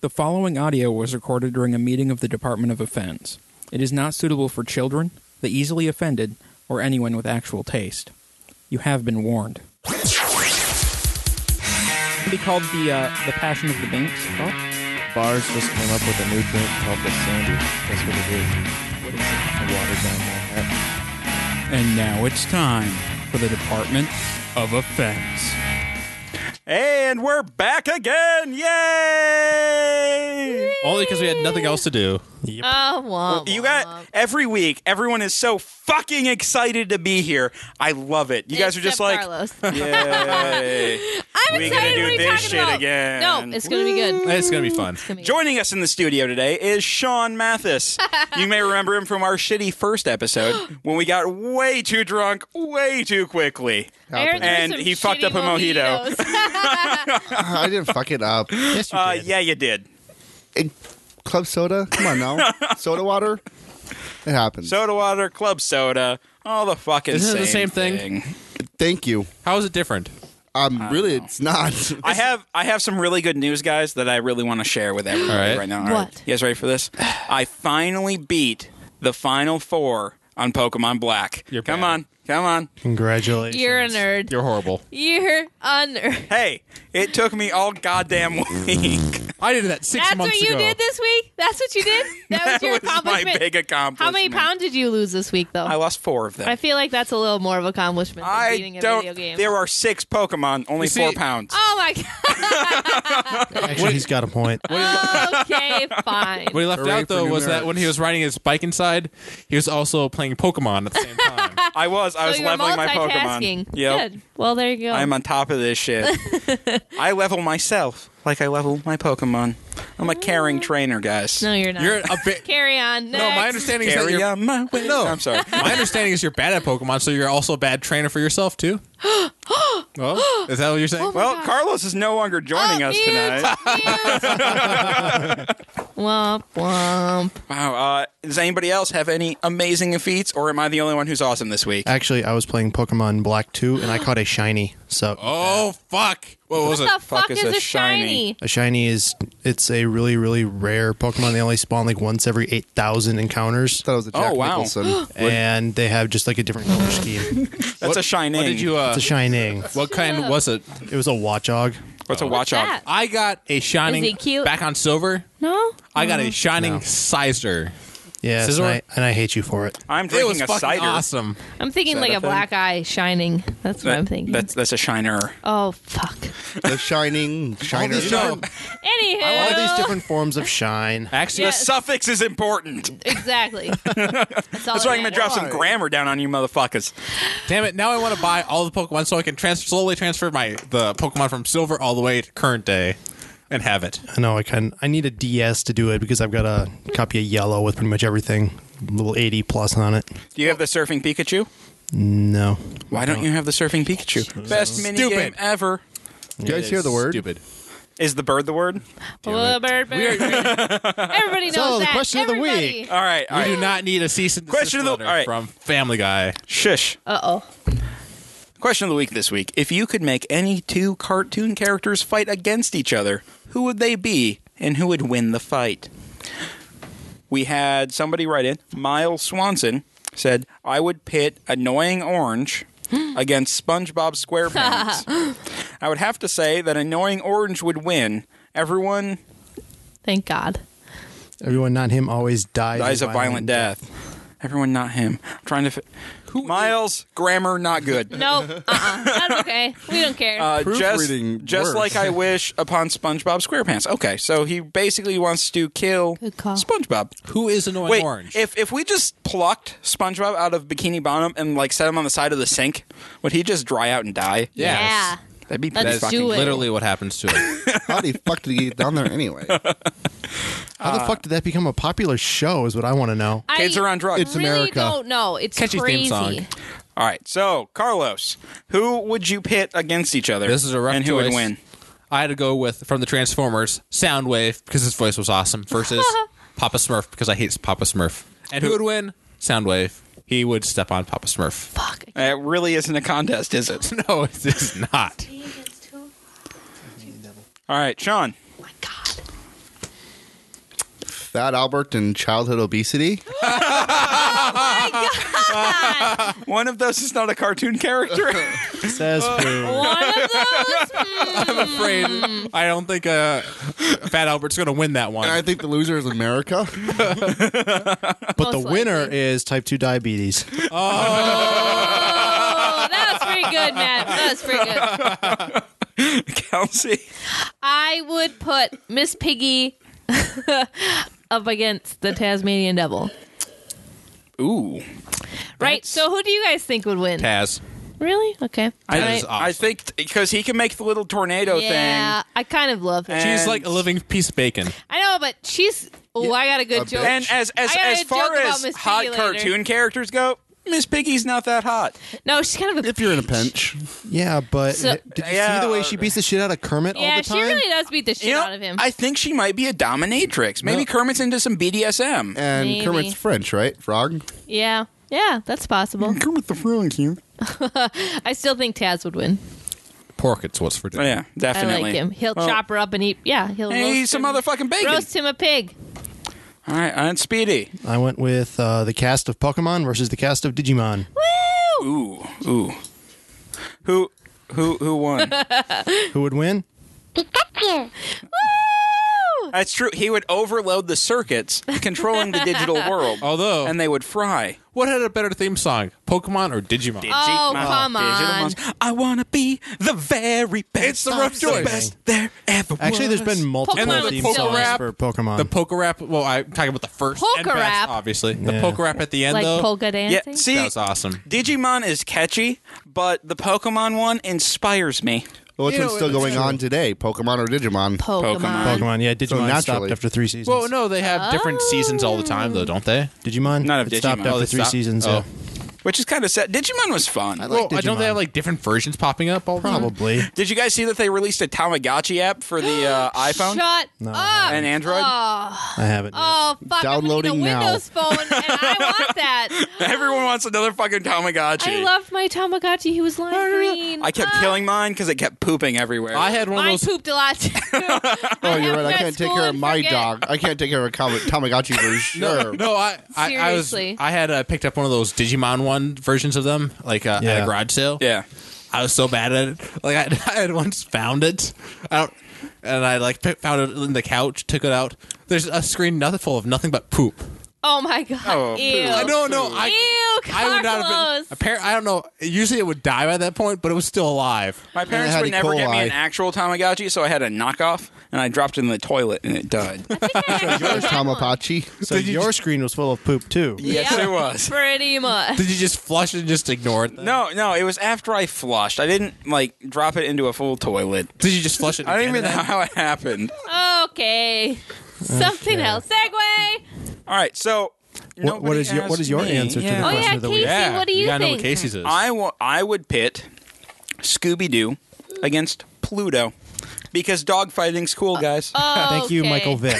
The following audio was recorded during a meeting of the Department of Offense. It is not suitable for children, the easily offended, or anyone with actual taste. You have been warned. Be called the uh, the Passion of the Binks. Oh, Bars just came up with a new drink called the Sandy. That's what it is. A watered down Manhattan. and now it's time for the Department of Offense. And we're back again! Yay! Only because we had nothing else to do. Oh, womp. You got every week, everyone is so fucking excited to be here. I love it. You guys are just like, Carlos. yay. I'm we excited. gonna what do are you this talking shit about? again. No, it's gonna be good. It's gonna be fun. Gonna be Joining us in the studio today is Sean Mathis. you may remember him from our shitty first episode when we got way too drunk way too quickly. good. Aaron threw And some he fucked up shitty a mojito. mojitos. I didn't fuck it up. Yes, you Uh, yeah, you did. Eh, club soda? Come on now. soda water? It happens. Soda water, club soda, all the fucking Isn't it same the same thing? Thank you. How is it different? Um, really, it's not. I have I have some really good news, guys, that I really want to share with everybody All right. right. now. All What? right. You guys ready for this? I finally beat the final four on Pokemon Black. You're come bad. on, come on. Congratulations. You're a nerd. You're horrible. You're a nerd. Hey, it took me all goddamn week. I did that six That's what you did this week. That's what you did. That was that your was my accomplishment. big accomplishment. How many pounds did you lose this week, though? I lost four of them. I feel like that's a little more of accomplishment than I beating a don't. video game. There are six Pokemon, only You see- four pounds. Oh my god. Actually, he's got a point. okay, fine. What he left Hooray out for though new was that merch. when he was riding his bike inside, he was also playing Pokemon at the same time. I was. I so was you were leveling my Pokemon. multitasking. Yep. Good. Well, there you go. I'm on top of this shit. I level myself like I level my Pokemon. I'm a caring trainer, guys. Ah. no, you're not. You're a bit. Carry on. No, my Next. understanding is that Carry you're. on my way. No, I'm sorry. My understanding is you're bad at Pokemon, so you're also a bad trainer for yourself too. well, is that what you're Oh saying? Well, Carlos is no longer joining us mute. tonight. womp womp. Wow. Uh, does anybody else have any amazing feats, or am I the only one who's awesome this week? Actually, I was playing Pokemon Black 2 and I caught a shiny. So oh fuck! What was it? What the fuck is a shiny? a shiny is it's a really really rare Pokemon. They only spawn like once every 8,000 encounters thought it was a Jack Oh, wow. Nicholson. and they have just like a different color scheme. That's a shining. What did you? Uh, It's a shining. what kind up. was it? It was a Watchog. What's a watch that? I got a Is he shining cute? Uh-huh. back on silver. No. I got a shining sizer. Yes, Scizor? and I, and I hate you for it. I'm It drinking was a fucking cider. awesome. I'm thinking Is that like a a, thing? black eye shining. That's what That- I'm thinking. That's that's a shiner. oh fuck. the Shining, Shiner. You know, Anywho. All these different forms of shine. actually, The Yes. suffix is important. exactly. That's, all That's why I'm going to drop some grammar down on you motherfuckers. damn it! Now I want to buy all the Pokemon so I can trans- slowly transfer my the Pokemon from silver all the way to current day, and have it. I know I can. I need a DS to do it because I've got a copy of Yellow with pretty much everything, little 80 plus on it. Do you have the surfing Pikachu? No, Why don't you have the surfing Pikachu? Best mini game Stupid. ever. you guys hear the word? Stupid. Is the bird the word? Well, bird, bird. Everybody knows So, the that. question of the week. Everybody. All right. All We right. do not need a cease and desist Question of the- letter all right. from Family Guy. Shush. Uh oh. Question of the week this week. If you could make any two cartoon characters fight against each other, who would they be and who would win the fight? We had somebody write in, Miles Swanson said, I would pit Annoying Orange against SpongeBob SquarePants. I would have to say that Annoying Orange would win. Everyone Thank God. everyone, not him, always dies. dies a a violent death. Everyone, not him. I'm trying to. Fi- who Miles, grammar, not good. Nope. Uh uh That's okay. We don't care. Uh, just, Proofreading just works. like I wish upon SpongeBob SquarePants. Okay, so he basically wants to kill Good call. SpongeBob. Who is annoying Wait, orange? if if we just plucked SpongeBob out of Bikini Bottom and like set him on the side of the sink, would he just dry out and die? yes. Yeah. that'd be Let's pretty fucking. do it. literally what happens to him. How the fuck did he get down there anyway? How the fuck did that become a popular show? Is what I want to know. I Kids are on drugs. It's really America. don't know. It's Catchy theme crazy. song. All right, so Carlos, who would you pit against each other? This is a rough And who would choice. win? I had to go with from the Transformers Soundwave because his voice was awesome versus Papa Smurf because I hate Papa Smurf. And who would win? Soundwave. He would step on Papa Smurf. Fuck. Oh It really isn't a contest, is it? No, it is not. All right, Sean. my God. Fat Albert and childhood obesity. One of those is not a cartoon character. Says who? One of those. I'm afraid. I don't think uh, Fat Albert's going to win that one. And I think the loser is America. But the Most winner likely. is type 2 diabetes. Oh, that was pretty good, Matt. That was pretty good. Kelsey. I would put Miss Piggy up against the Tasmanian Devil. Ooh. Right. So, who do you guys think would win? Taz. Really? Okay. I, That is awesome. I think because he can make the little tornado yeah, thing. I kind of love her. She's And- like a living piece of bacon. I know, but she's. Oh, I got a good a joke. bitch. And as as, I got as a far joke about as Miss hot Piggy later. cartoon characters go, Miss Piggy's not that hot. no, she's kind of a. If you're in a pinch, Yeah, but So- did you Yeah. see the way she beats the shit out of Kermit all yeah, the she time? really does beat the shit you know, out of him. I think she might be a dominatrix. Maybe Kermit's into some BDSM. and Maybe. Kermit's French, right? Frog. yeah, yeah, that's Hmm. possible. Kermit the Frog here. I still think Taz would win. Pork, it's what's for dinner. Oh, yeah, definitely. I like him. He'll Well, chop her up and eat. Yeah, he'll Hey, roast some him, motherfucking bacon. roast him a pig. All right, and Speedy. I went with uh, the cast of Pokemon versus the cast of Digimon. Ooh, ooh. Who, who, who won? Who would win? That's true. He would overload the circuits, controlling the digital world. Although- and they would fry. What had a better theme song, Pokemon or Digimon? Oh, Digimon. come Digital on. monster. I wanna be the very best. It's the rough Stop choice. saying. there ever Actually, there's been multiple Pokemon was theme so songs good. for Pokemon. The poker rap. Well, I'm talking about the first and Poker best, rap? obviously. The Yeah. poker rap at the end, Like though. polka dancing. Yeah, see, that was awesome. Digimon is catchy, but the Pokemon one inspires me. Well, which You know, one's still it's going true. on today? Pokemon or Digimon? Pokemon. Pokemon. Pokemon, yeah, Digimon stopped naturally. after three seasons. Well, no, they have different seasons all the time, though, don't they? Digimon? None of It Digimon. stopped after Oh, three they stopped? seasons, Oh. yeah. Which is kind of sad. Digimon was fun. well, like don't they Digimon. have like different versions popping up all the time? Probably. Did you guys see that they released a Tamagotchi app for the uh, iPhone Shut up. and Android? I haven't. yet. Oh fuck! I'm Downloading gonna get a now. Windows phone, and I want that. Everyone wants another fucking Tamagotchi. I loved my Tamagotchi. He was lime green. I kept Ah, killing mine because it kept pooping everywhere. I had one Mine of those. pooped a lot. too. Oh, you're have right. I that can't take school care of and my forget. dog. I can't take care of a Kama- Tamagotchi for sure. No, I, I, I was, Seriously. I had uh, picked up one of those Digimon one versions of them, like uh, at a Yeah. garage sale. yeah. I was so bad at it. Like I, I had once found it, I don't, and I like pick, found it in the couch, took it out. There's a screen nothing full of nothing but poop. Oh my god! Oh, Ew. poop. I don't know. I, Ew, Carlos. I would not have been. Appar- I don't know. Usually it would die by that point, but it was still alive. My parents had would E. never get me coli. an actual Tamagotchi, so I had a knockoff, and I dropped it in the toilet, and it died. Yours, Tamagotchi. So your screen was full of poop, too. yes, Yeah. it was. Pretty much. Did you just flush it and just ignore it? then? No, no, it was after I flushed. I didn't like drop it into a full toilet. Did you just flush it? I don't again even know then? how it happened. Okay. Something else. Segway. Oh, All right, so What- what is nobody your- what is your asked me. answer to the Oh Question yeah, of the week. Casey. Yeah, What do you you gotta know what think? Casey's is. I wa- I would pit Scooby Doo against Pluto because dogfighting's cool, guys. Oh, Thank you, okay. Michael Vick.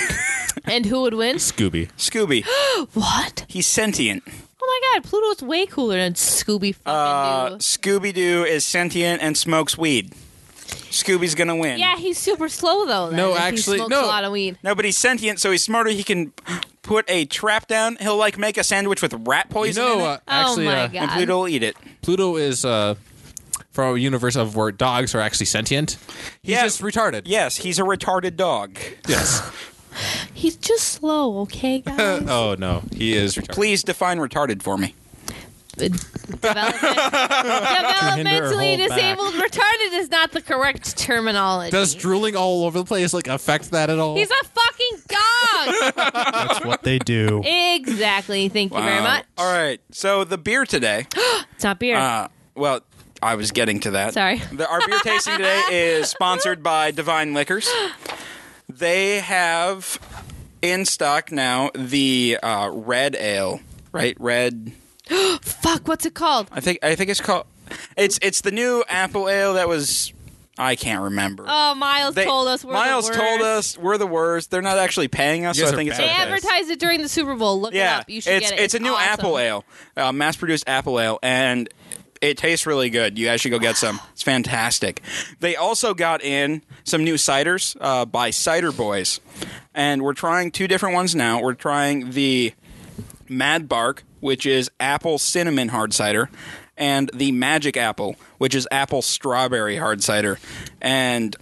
And who would win? Scooby. Scooby, What? he's sentient. Oh my God, Pluto's way cooler than Scooby fucking Uh, Doo. Scooby Doo is sentient and smokes weed. Scooby's gonna win. Yeah, he's super slow though. then, No, if he actually- smokes no. a lot of weed. No, but he's sentient, so he's smarter. He can put a trap down. He'll like make a sandwich with rat You poison. know, in it, uh, Oh actually, my uh, God. and Pluto will eat it. Pluto is uh, from a universe of where dogs are actually sentient. He's Yeah. just retarded. Yes, he's a retarded dog. Yes. He's just slow, okay, guys. oh no, he is retarded. Please define retarded for me. Development, hinder or developmentally hold back. disabled, retarded is not the correct terminology. Does drooling all over the place like affect that at all? he's a fucking dog. That's what they do. exactly. Thank you very Wow. much. Uh, All right. So the beer today. It's not beer. Uh, well, I was getting to that. Sorry. The, our beer tasting today is sponsored by Divine Liquors. They have in stock now the uh, red ale, right? Red. Fuck, what's it called? I think I think it's called. It's it's the new apple ale that was. I can't remember. Oh, Miles They- told us. We're Miles the told worst. us we're the worst. They're not actually paying us, You so I guys think it's are They bad. okay. advertised it during the Super Bowl. Look it Yeah, up. You should it's get it. it's a new awesome. apple ale, uh, mass produced apple ale, and It tastes really good. You guys should go get some. It's fantastic. They also got in some new ciders uh, by Cider Boys, and we're trying two different ones now. We're trying the Mad Bark, which is apple cinnamon hard cider, and the Magic Apple, which is apple strawberry hard cider. And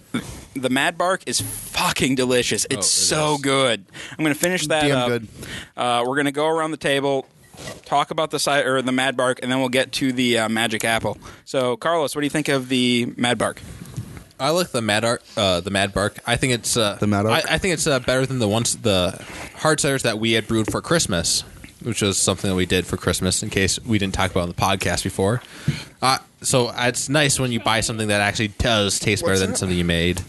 the Mad Bark is fucking delicious. It's so good. I'm gonna finish that Damn up. good. Uh, we're gonna go around the table, talk about the cider or the Mad Bark, and then we'll get to the uh, Magic Apple. So, Carlos, what do you think of the Mad Bark? I like the Mad Arc, uh, the Mad Bark. I think it's uh, The Mad Arc? I, I think it's uh, better than the ones the hard ciders that we had brewed for Christmas, which was something that we did for Christmas. In case we didn't talk about it on the podcast before, uh, so it's nice when you buy something that actually does taste better than something you made.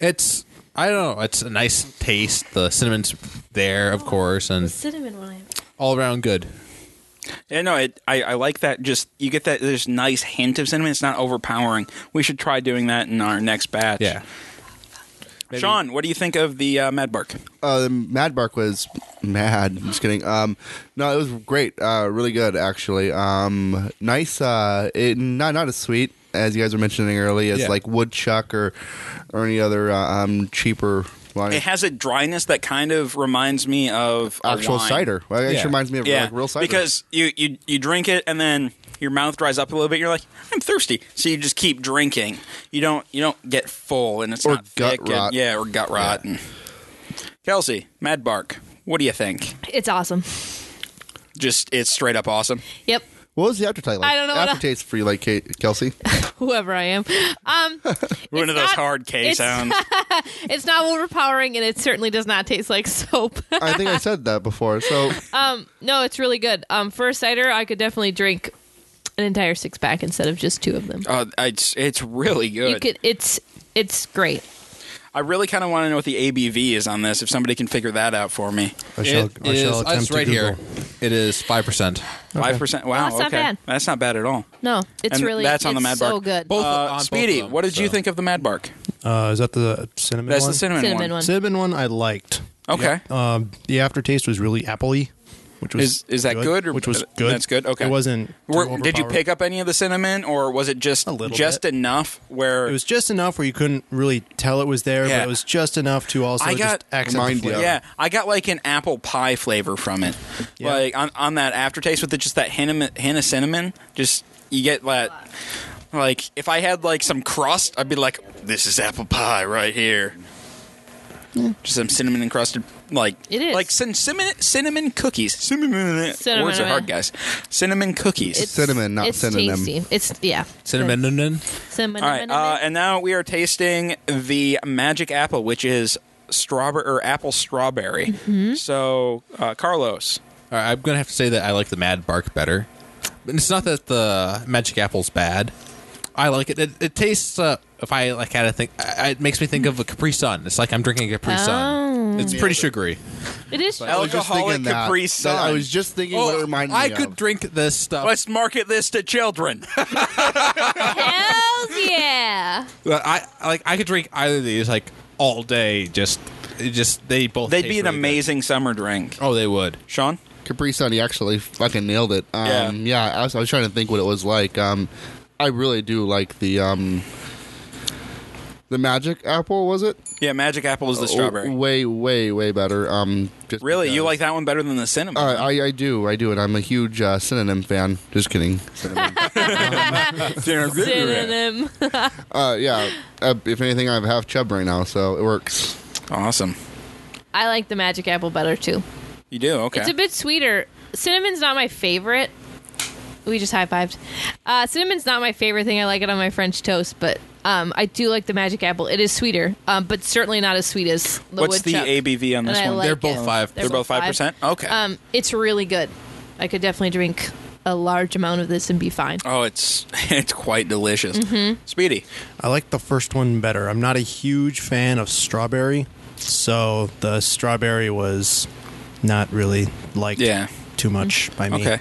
It's I don't know. It's a nice taste. The cinnamon's there, of course, and Cinnamon one. I have. all around good. Yeah, no, it, I, I like that. Just you get that this nice hint of cinnamon. It's not overpowering. We should try doing that in our next batch. Yeah, Sean, what do you think of the uh, Mad Bark? Uh, the Mad Bark was mad. I'm just kidding. Um, no, it was great. Uh, really good, actually. Um, nice. Uh, it, not not as sweet as you guys were mentioning early as Yeah. like woodchuck or or any other uh, um cheaper line. It has a dryness that kind of reminds me of a actual wine. cider. Well, it Yeah. actually reminds me of like, real cider. Because you, you you drink it and then your mouth dries up a little bit. You're like, I'm thirsty, so you just keep drinking. You don't you don't get full, and it's Or not gut thick and- rot. yeah, or gut rot. And Kelsey, Mad Bark, what do you think? It's awesome. Just it's straight up awesome. Yep. what was the aftertaste? Like? I don't know what I- Aftertaste for you, like Kate, Kelsey. Whoever I am. Um, One of those not- hard K it's- sounds. it's not overpowering and it certainly does not taste like soap. I think I said that before. So no, it's really good. Um, for a cider, I could definitely drink an entire six pack instead of just two of them. uh, it's it's really Oh, good. You could. It's it's great. I really kind of want to know what the ABV is on this. If somebody can figure that out for me, I shall, It I shall is- attempt it's right to here. Google. It is five percent. five percent. Wow, that's not okay, bad. that's not bad at all. No, it's And really that's on the it's Mad so Bark. good. Both on Uh, both of Speedy, them, what did you so. think of the Mad Bark? Uh, is that the cinnamon That's one? the cinnamon, Cinnamon one. Cinnamon one I liked. Okay. Um, the aftertaste was really appley, which was Is- is that good or- which was good? that's good? Okay. It wasn't. too Were, did you overpowering. pick up any of the cinnamon, or was it just A little just bit. enough where It was just enough where you couldn't really tell it was there, Yeah. but it was just enough to also I got- just accent Mind the flavor. you. Yeah, I got like an apple pie flavor from it, Yeah. like on, on that aftertaste with the, just that hint of, hint of cinnamon. Just you get that. Like if I had like some crust, I'd be like, "This is apple pie right here." Just some cinnamon encrusted, like It is. like cin- cinnamon cinnamon cookies. Cinnamon, Cinnamon. oh, words are hard, guys. Cinnamon cookies. It's- Cinnamon, not it's synonym. Tasty. It's yeah. Cinnamon. Cinnamon. All right, uh, and now we are tasting the magic apple, which is strawberry or apple strawberry. Mm-hmm. So, uh, Carlos, All right, I'm gonna have to say that I like the Mad Bark better. And it's not that the Magic Apple's bad. I like it. It, it tastes. Uh, if I like had to think, I, I- it makes me think of a Capri Sun. It's like I'm drinking a Capri Oh. Sun. It's pretty sugary. it is. I was just Alcoholic thinking that. Capri That- Sun. I was just thinking what it reminded I me could of. drink this stuff. let's market this to children. Hells yeah. But I I- like. I could drink either of these like all day. Just, it just they both. They'd taste be an really good. amazing summer drink. Oh, they would. Sean, Capri Sun, he actually fucking nailed it. Um, Yeah. yeah, I, was, I was trying to think what it was like. Um, I really do like the um, the Magic Apple. Was it yeah, magic apple is the strawberry. Oh, way, way, way better. Um, just really, you because- like that one better than the cinnamon? Uh, I, I do, I do, and I'm a huge uh, synonym fan. Just kidding. Synonym. Synonym. uh, yeah. Uh, if anything, I have half chub right now, so it works. awesome. I like the magic apple better too. You do okay. It's a bit sweeter. Cinnamon's not my favorite. We just high fived. Uh, cinnamon's not my favorite thing. I like it on my French toast, but um, I do like the magic apple. It is sweeter, um, but certainly not as sweet as the What's the woodchuck. ABV on And this I one? like They're both it. five. They're both 5%? Okay. Um, it's really good. I could definitely drink a large amount of this and be fine. oh, it's it's quite delicious. Mm-hmm. Speedy, I like the first one better. I'm not a huge fan of strawberry, so the strawberry was not really liked Yeah. too much by me. Okay.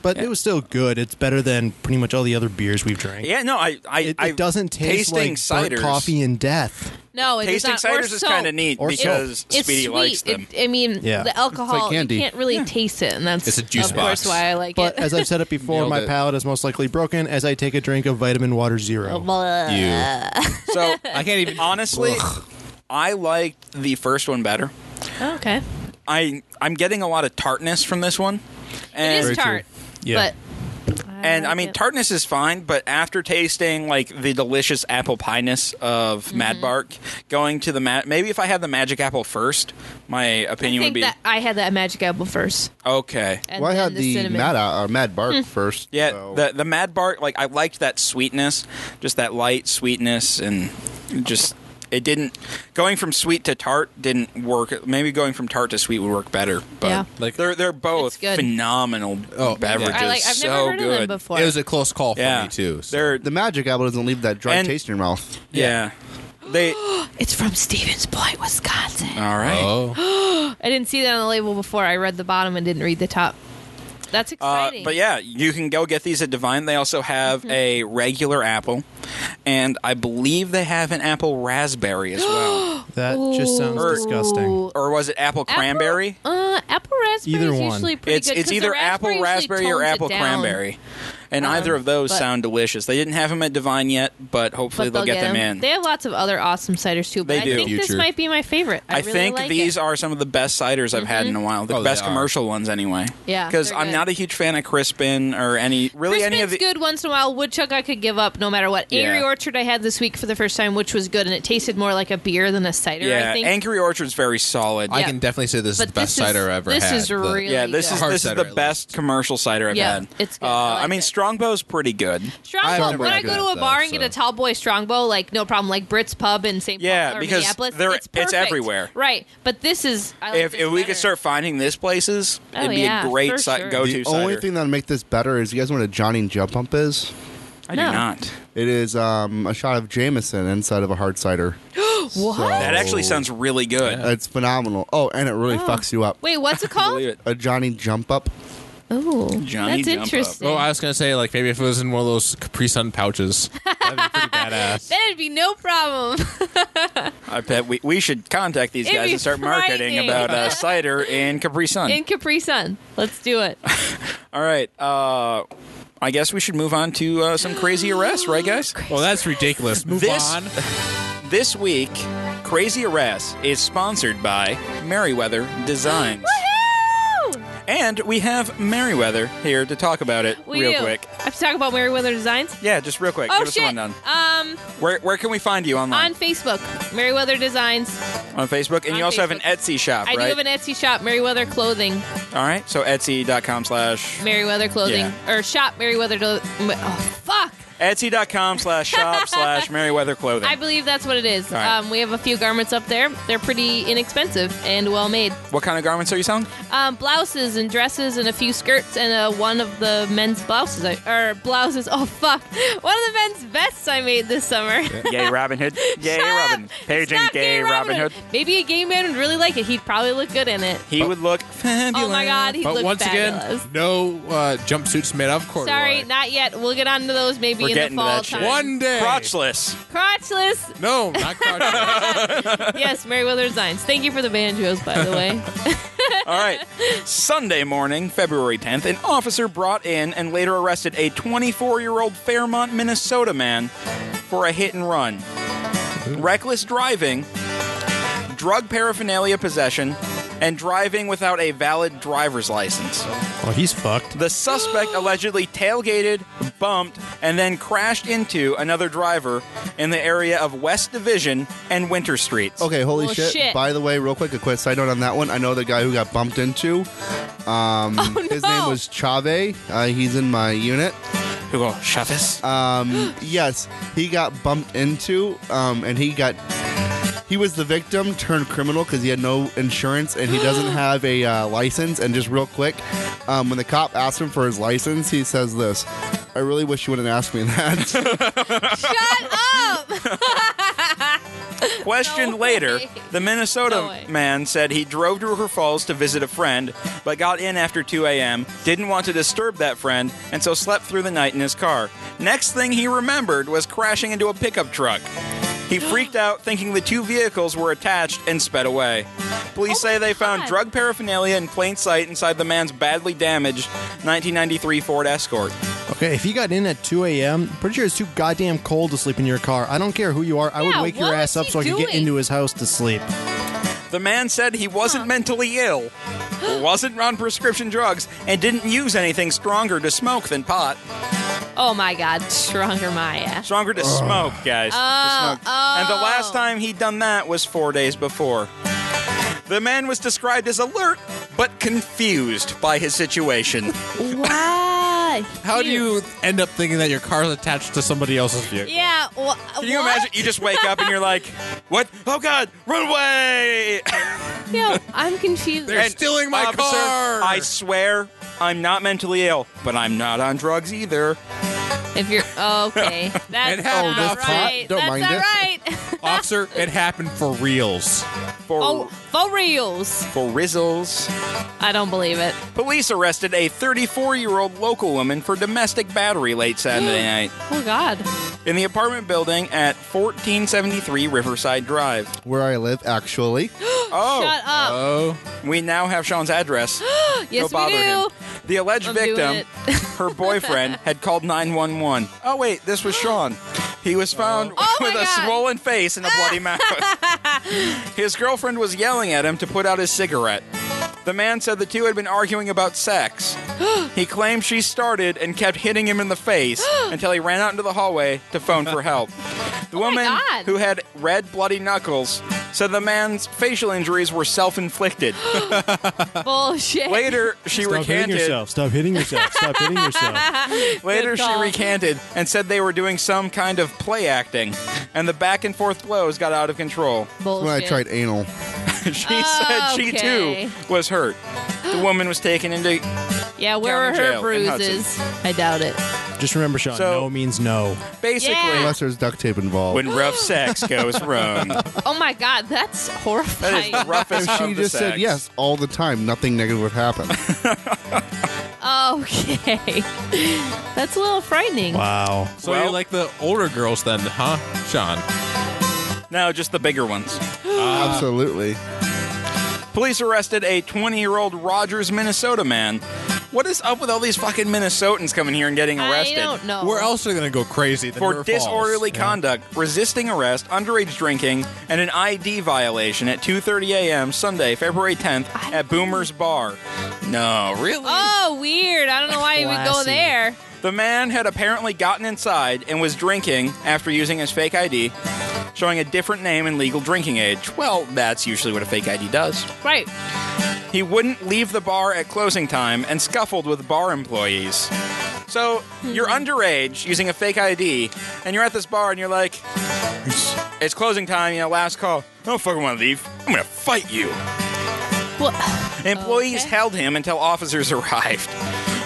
But it was still good. It's better than pretty much all the other beers we've drank. yeah, no, I I, It, I it doesn't taste tasting like burnt ciders. coffee and death. No, it does Tasting not. Or ciders is soap. kind of neat Or because soap. It's Speedy sweet. likes them. It, I mean, Yeah. the alcohol candy. you can't really taste it, and that's It's a juice of box. course why I like But it. as I've said it before, Nailed my it. palate is most likely broken as I take a drink of vitamin water Oh, zero. Blah. You. so I can't even. honestly, I liked the first one better. Okay, I I'm getting a lot of tartness from this one. it And is tart, Yeah. but and I like mean it. tartness is fine, but after tasting like the delicious apple pineness of Mm-hmm. Mad Bark, going to the ma- maybe if I had the magic apple first, my I opinion would think be that I had that magic apple first. okay. and Well, I then had the, cinnamon. Hmm. Mad uh, Mad Bark first. Yeah, so- the the Mad Bark, like I liked that sweetness, just that light sweetness, and just it didn't going from sweet to tart didn't work. Maybe going from tart to sweet would work better. But Yeah. Like- they're they're both It's good. phenomenal Oh, yeah. beverages. I like. I've so never heard good. of them before. It was a close call for Yeah, me too. so- They're the magic apple doesn't leave that dry And- taste in your mouth. yeah. They it's from Stevens Point, Wisconsin. all right. Oh, I didn't see that on the label before. I read the bottom and didn't read the top. That's Uh, exciting. Mm-hmm. but yeah, you can go get these at Divine. They also have a regular apple, and I believe they have an apple raspberry as well. That just sounds Ooh. disgusting. or was it apple cranberry? Apple, uh, apple raspberry Either is one. usually pretty It's good. it's 'cause either the apple raspberry, raspberry usually or tones apple it down. cranberry, and Um, either of those but- sound delicious. They didn't have them at Divine yet, but But hopefully they'll get, get them, 'em. in. They have lots of other awesome ciders too. But They I do. think this Future. might be my favorite. I, I really think like these it. Mm-hmm. are some of the best ciders I've had in a while. The Oh, they best are. commercial ones, anyway. Yeah, because they're I'm good. not a huge fan of Crispin or any really any of Crispin's the. good once in a while. Woodchuck I could give up no matter what. Yeah. Angry Orchard I had this week for the first time, which was good, and it tasted more like a beer than a cider. Yeah, I think. Angry Orchard's very solid. I Yeah. can definitely say this is But the best this is- cider I ever this had. is The- really- yeah, this is Hard this is cider, the at best commercial cider I've Yeah, had. it's good. Uh, I I, like mean, it. Strongbow's pretty good. Strongbow. I like when I that. go to a bar and get a So- tall boy Strongbow, like no problem, like Brits Pub in St. Yeah, Paul or because Minneapolis, they're- it's, it's perfect. everywhere. Right, but this is I like if this if we better. could start finding this places, Oh, it'd be yeah, a great for si- sure. go-to The cider. only thing that'll make this better is you guys know what a Johnny Jump Pump is? I do No. not. It is um, a shot of Jameson inside of a hard cider. What? That actually sounds really good. It's phenomenal. Oh, and it really Oh. fucks you up. Wait, what's it I called? believe it. A Johnny Jump Up. Oh, Johnny that's Jump Up. interesting. Oh, I was gonna say like maybe if it was in one of those Capri Sun pouches, that'd be pretty badass. That'd be no problem. I bet we, we should contact these It'd guys be and start marketing frightening. about uh, cider in Capri Sun. In Capri Sun, let's do it. All right. Uh, I guess we should move on to uh, some crazy arrests, right, guys? Well, that's ridiculous. Move This- on. This week, Crazy Arrests is sponsored by Merriweather Designs. Woohoo! And we have Merriweather here to talk about it We real do. quick. I have to talk about Meriwether Designs. Yeah, just real quick. Oh Give us a shit! rundown. Um, Where, where can we find you on online? Facebook, Meriwether Designs. On, Facebook. And on you also have an Facebook. Etsy shop, I do right? have an Etsy shop, Meriwether Clothing. All right. So Etsy.com slash. Meriwether Clothing Yeah. or shop Meriwether. Do- oh fuck! Etsy.com slash shop slash Merriweather Clothing. I believe that's what it is. All right. Um, we have a few garments up there. They're pretty inexpensive and well made. what kind of garments are you selling? Um, blouses and dresses and a few skirts and uh, one of the men's blouses I, or blouses. Oh fuck! One of the men's vests I made this summer. Gay Robin Hood. Gay Shut up! Robin. It's Paging not Gay Robin Hood. Maybe a gay man would really like it. He'd probably look good in it. He would look fabulous. Oh my god, he But looked once fabulous. again, no uh, jumpsuits made of corduroy. Sorry, not yet. We'll get onto those maybe We're in getting the fall to that time. shit. One day. Crotchless. Crotchless. No, not crotchless. Yes, Meriwether Designs. Thank you for the banjos, by the way. All right. Sunday morning, February 10th, an officer brought in and later arrested a 24 year old Fairmont, Minnesota man for a hit and run. Reckless driving, drug paraphernalia possession, and driving without a valid driver's license. Oh, he's fucked. The suspect allegedly tailgated, bumped, and then crashed into another driver in the area of West Division and Winter Streets. Okay, holy Well, shit. Oh, shit. By the way, real quick, a quick side note on that one. I know the guy who got bumped into. Um, His Oh, no. name was Chave. Uh, he's in my unit. Who go? Chavez? Um, yes, he got bumped into, um, and he got. He was the victim turned criminal because he had no insurance and he doesn't have a uh, license. And just real quick, um, when the cop asked him for his license, he says this I really wish you wouldn't ask me that. Shut up! Questioned No later, way. the Minnesota No way. man said he drove to River Falls to visit a friend, but got in after 2 a.m., didn't want to disturb that friend, and so slept through the night in his car. Next thing he remembered was crashing into a pickup truck. He freaked out, thinking the two vehicles were attached, and sped away. Police Oh my say they found God. drug paraphernalia in plain sight inside the man's badly damaged 1993 Ford Escort. Okay, if you got in at 2 a.m., pretty sure it's too goddamn cold to sleep in your car. I don't care who you are. I Yeah, would wake your what ass was up he so I could get doing? into his house to sleep. The man said he wasn't mentally ill, wasn't on prescription drugs, and didn't use anything stronger to smoke than pot. Oh my god, stronger my ass. Stronger to smoke, guys. to Oh, smoke. And the last oh. time he'd done that was four days before. The man was described as alert but confused by his situation. Why? How do you end up thinking that your car's attached to somebody else's vehicle? Yeah. Wh- Can you imagine? You just wake up and you're like, "What? Oh God! Run away!" No, I'm confused. They're stealing my Officer, car. I swear, I'm not mentally ill, but I'm not on drugs either. If you're oh, okay, that's It happened, not that's hot. right. Don't that's mind not it. right. Officer, it happened for reals. For oh, for reals. for rizzles. I don't believe it. Police arrested a 34-year-old local woman for domestic battery late Saturday night Oh God. in the apartment building at 1473 Riverside Drive. Where I live, actually. Oh, Shut up. Oh, we now have Sean's address. yes, Go Uh, bother we do. him. The alleged I'm doing victim, it. her boyfriend, had called 911. Oh, wait, this was Sean. He was found Oh my with a God. swollen face and a bloody mouth. His girlfriend was yelling at him to put out his cigarette. The man said the two had been arguing about sex. he claimed she started and kept hitting him in the face until he ran out into the hallway to phone for help. The Oh my woman God. who had red bloody knuckles said the man's facial injuries were self-inflicted. Bullshit. Later, she Stop hitting recanted. yourself. Stop hitting yourself. Stop hitting yourself. Later, Good she call. recanted and said they were doing some kind of play acting, and the back and forth blows got out of control. Bullshit. When I tried anal. she said she Oh, Okay. too was hurt. The woman was taken into. Yeah, where Down were in her jail in Hudson. bruises? I doubt it. Just remember, Sean, So- no means no. Basically, Yeah. Unless there's duct tape involved. when rough sex goes wrong. Oh my God, that's That is horrifying. the roughest if of she the just said sex. yes all the time, nothing negative would happen. okay, that's a little frightening. Wow. so Well- you like the older girls then, huh, Sean? No, just the bigger ones. Ah. Absolutely. Police arrested a 20 year old Rogers, Minnesota man. What is up with all these fucking Minnesotans coming here and getting I arrested? don't know. Where else are they gonna go crazy than for River Falls? disorderly Yeah. conduct, resisting arrest, underage drinking, and an ID violation at 2:30 a.m. Sunday, February 10th at Boomer's Bar. No, really? Oh, weird. I don't know why you would go Classy. there. The man had apparently gotten inside and was drinking after using his fake ID, showing a different name and legal drinking age. Well, that's usually what a fake ID does. Right. He wouldn't leave the bar at closing time and scuffled with bar employees. So you're underage using a fake ID, and you're at this bar and you're like, "It's- it's closing time, you know, last call. I don't fucking want to leave. I'm gonna fight you. Well, oh, Employees Okay. held him until officers arrived.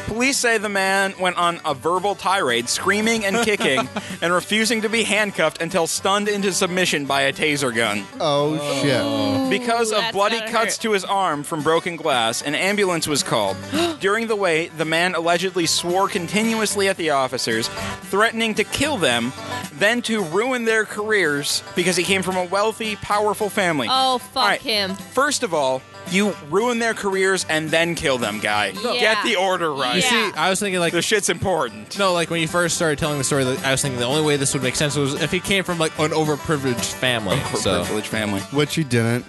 Police say the man went on a verbal tirade, screaming and kicking, and refusing to be handcuffed until stunned into submission by a taser gun. Oh, shit. Because Ooh, of that's bloody gotta cuts hurt. to his arm from broken glass, an ambulance was called. During the wait, the man allegedly swore continuously at the officers, threatening to kill them, then to ruin their careers because he came from a wealthy, powerful family. Oh fuck All right. him. First of all, you ruin their careers and then kill them, guy. Yeah. Get the order right. You Yeah. see, I was thinking like The shit's important. No, like when you first started telling the story, I was thinking the only way this would make sense was if he came from like an overprivileged family. For so privileged family. Which you didn't.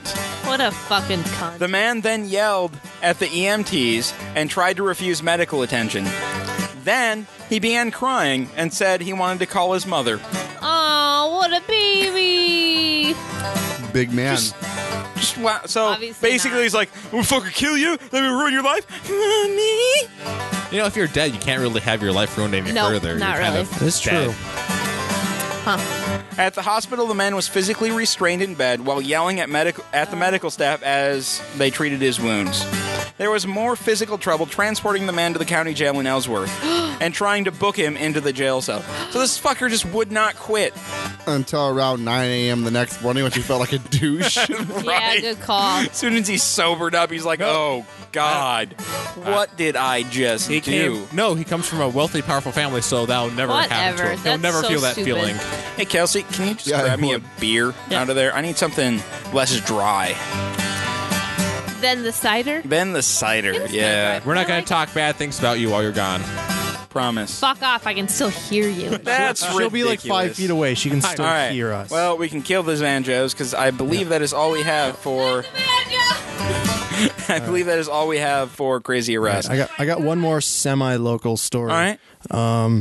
What a fucking cunt. The man then yelled at the EMTs and tried to refuse medical attention. Then he began crying and said he wanted to call his mother. oh, what a baby. Big man. Just- Just wow. So Obviously basically, not. he's like, "I'm gonna fucking kill you. Let me ruin your life, mommy." you know, if you're dead, you can't really have your life ruined any No, further. not You're kind really. of That's dead. true. At the hospital, the man was physically restrained in bed while yelling at medic- at the medical staff as they treated his wounds. There was more physical trouble transporting the man to the county jail in Ellsworth and trying to book him into the jail cell. So this fucker just would not quit. until around 9 a.m. the next morning when she felt like a douche. Yeah, Right. good call. As soon as he sobered up, he's like, "Oh God, what did I just He do?" came, no, he comes from a wealthy, powerful family, so that'll never happen to Whatever. him. He'll That's never so feel that stupid. feeling. Hey Kelsey, can you just Yeah, grab I'm me a bored. beer out of there? I need something less dry Then the cider. than the cider. Instant yeah, dry. We're not I going like- to talk bad things about you while you're gone. promise. Fuck off! I can still hear you. That's She'll be like five ridiculous. feet away. She can still All right. hear us. Well, we can kill the Zanjos because I believe that is all we have for. I believe that is all we have for Crazy Arrest. I got I got one more semi-local story. all right.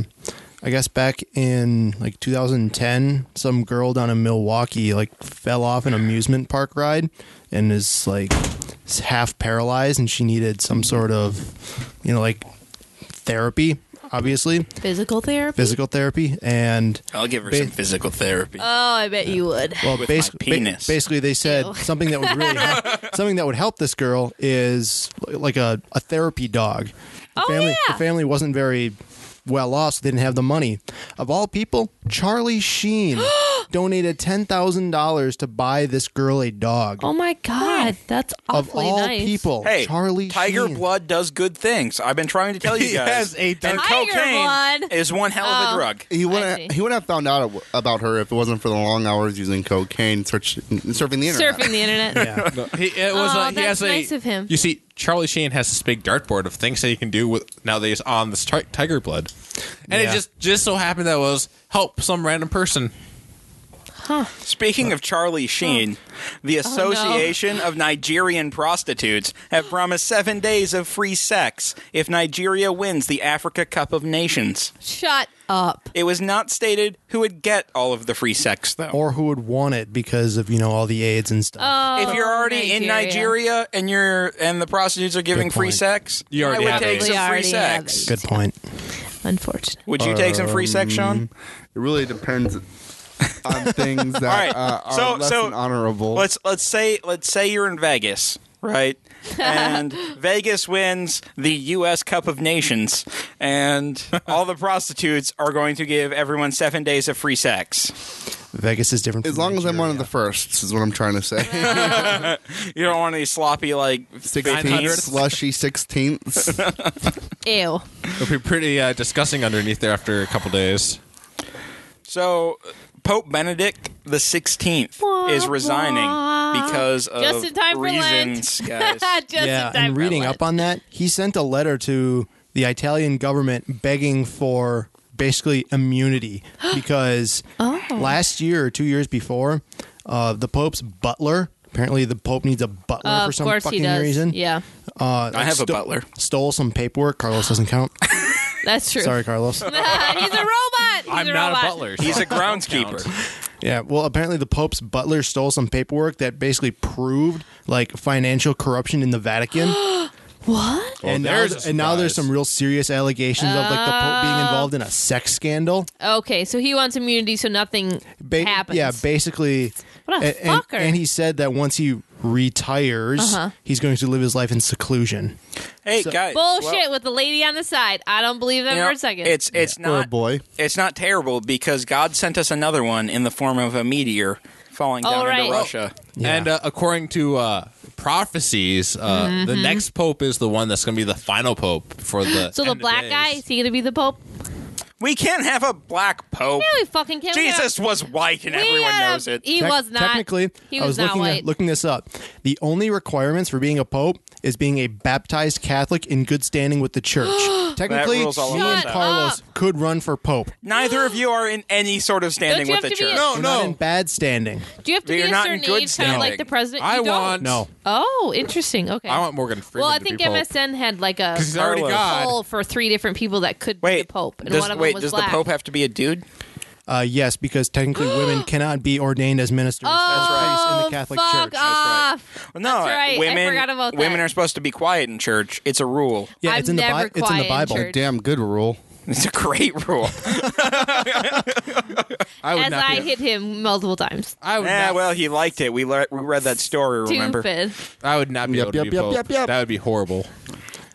I guess back in like 2010, some girl down in Milwaukee like fell off an amusement park ride and is like is half paralyzed and she needed some sort of you know like therapy, obviously, Physical therapy. physical therapy and I'll give her Ba- some physical therapy. Oh, I bet you would. well With my basi- ba- penis. basically they said Ew. something that would really help, something that would help this girl is like a, a therapy dog. Oh, family, yeah. The family wasn't very well off, so they didn't have the money. Of all people, Charlie Sheen donated ten thousand dollars to buy this girl a dog. Oh my God, that's of awfully all nice. people, hey, Charlie Tiger Sheen. Blood does good things. I've been trying to tell you He guys. has a and Tiger cocaine Blood. is one hell of a Oh. drug. He I wouldn't. see. He wouldn't have found out ab- about her if it wasn't for the long hours using cocaine, search, surfing the internet. Surfing the internet. Yeah. No, he, it was Aw, like, he Oh, that's has a- nice of him. You see, Charlie Sheen has this big dartboard of things that he can do with now that he's on this ti- tiger blood, and Yeah. it just just so happened that was help some random person. Speaking of Charlie Sheen, the Oh, Association of Nigerian Prostitutes have promised seven days of free sex if Nigeria wins the Africa Cup of Nations. Shut up. It was not stated who would get all of the free sex, though. Or who would want it because of you know all the AIDS and stuff? Oh, if you're already in Nigeria and you're and the prostitutes are giving Good free point. sex, You I already would have take AIDS. some free Already sex. have AIDS. Good point. Unfortunate. Would you take some free sex, Sean? Um, It really depends on things that right. uh, are So- less so- than honorable. Let's let's say let's say you're in Vegas, right? And Vegas wins the U.S. Cup of Nations, and all the prostitutes are going to give everyone seven days of free sex. Vegas is different. as from long as I'm one of the Nigeria. firsts, is what I'm trying to say. You don't want any sloppy like. Sixteenth, slushy sixteenths. Ew. It'll be pretty uh, disgusting underneath there after a couple days. So Pope Benedict the Sixteenth is resigning because of Just in time for reasons, Lent. guys. Just yeah, in time and for reading Lent. up on that, he sent a letter to the Italian government begging for basically immunity because Oh. last year or two years before, uh, the Pope's butler apparently the Pope needs a butler Uh, for of some course fucking he does. reason. Yeah, Uh, I have a sto- butler. Stole some paperwork. Carlos doesn't count. that's true. Sorry, Carlos. He's a robot. He's I'm a not robot. a butler. He's a so- groundskeeper. Yeah, well, apparently the Pope's butler stole some paperwork that basically proved like financial corruption in the Vatican. What? and now, there's a th- and now there's surprise. some real serious allegations of like the Pope Oh. being involved in a sex scandal. Okay, so he wants immunity, so nothing Ba- happens. Yeah, basically. What a a- and, fucker. and he said that once he retires, Uh-huh. he's going to live his life in seclusion. Hey guys, Bullshit well, with the lady on the side. I don't believe that you know, for a second. It's it's Or a not boy. it's not terrible because God sent us another one in the form of a meteor falling down All right. into Russia. Yeah. And uh, according to uh, prophecies, uh, Mm-hmm. the next pope is the one that's going to be the final pope for the. so the end of black days. guy is he gonna be the pope? We can't have a black pope. No, we fucking can't. We Jesus was white, and gotta- we everyone gotta- knows it. He Tec- was not. Technically, he I was, was not looking white. At, looking this up. The only requirements for being a pope is being a baptized Catholic in good standing with the church. technically, rules all me of and us out. Carlos Shut could run for pope. Neither of you are in any sort of standing Don't you with the have to be church. a- Oh, No. We're not in bad standing. Do you have to You're be a not certain in good age, kind of standing. like the president? I You don't? want. No. Oh, interesting. Okay. I want Morgan Freeman. Well, I to think be pope. MSN had like a 'Cause he's already Carlos. God. poll for three different people that could be Wait, the pope, and does, one of wait, them does was black. the pope have to be a dude? Uh, yes, because technically women cannot be ordained as ministers Oh, as priests in the Catholic fuck Church. right. off. Well, no, That's right. I women forgot about that. women are supposed to be quiet in church. It's a rule. Yeah, I'm it's in the never Bi- it's in the quiet in Bible. church. Oh, Damn good rule. It's a great rule. I would As not I be, hit him multiple times. I would yeah, not, Eh, well, he liked it. We, le- we read that story, remember? Oh, Stupid. I would not be Yep, able to yep, be yep, both. yep, yep. That would be horrible.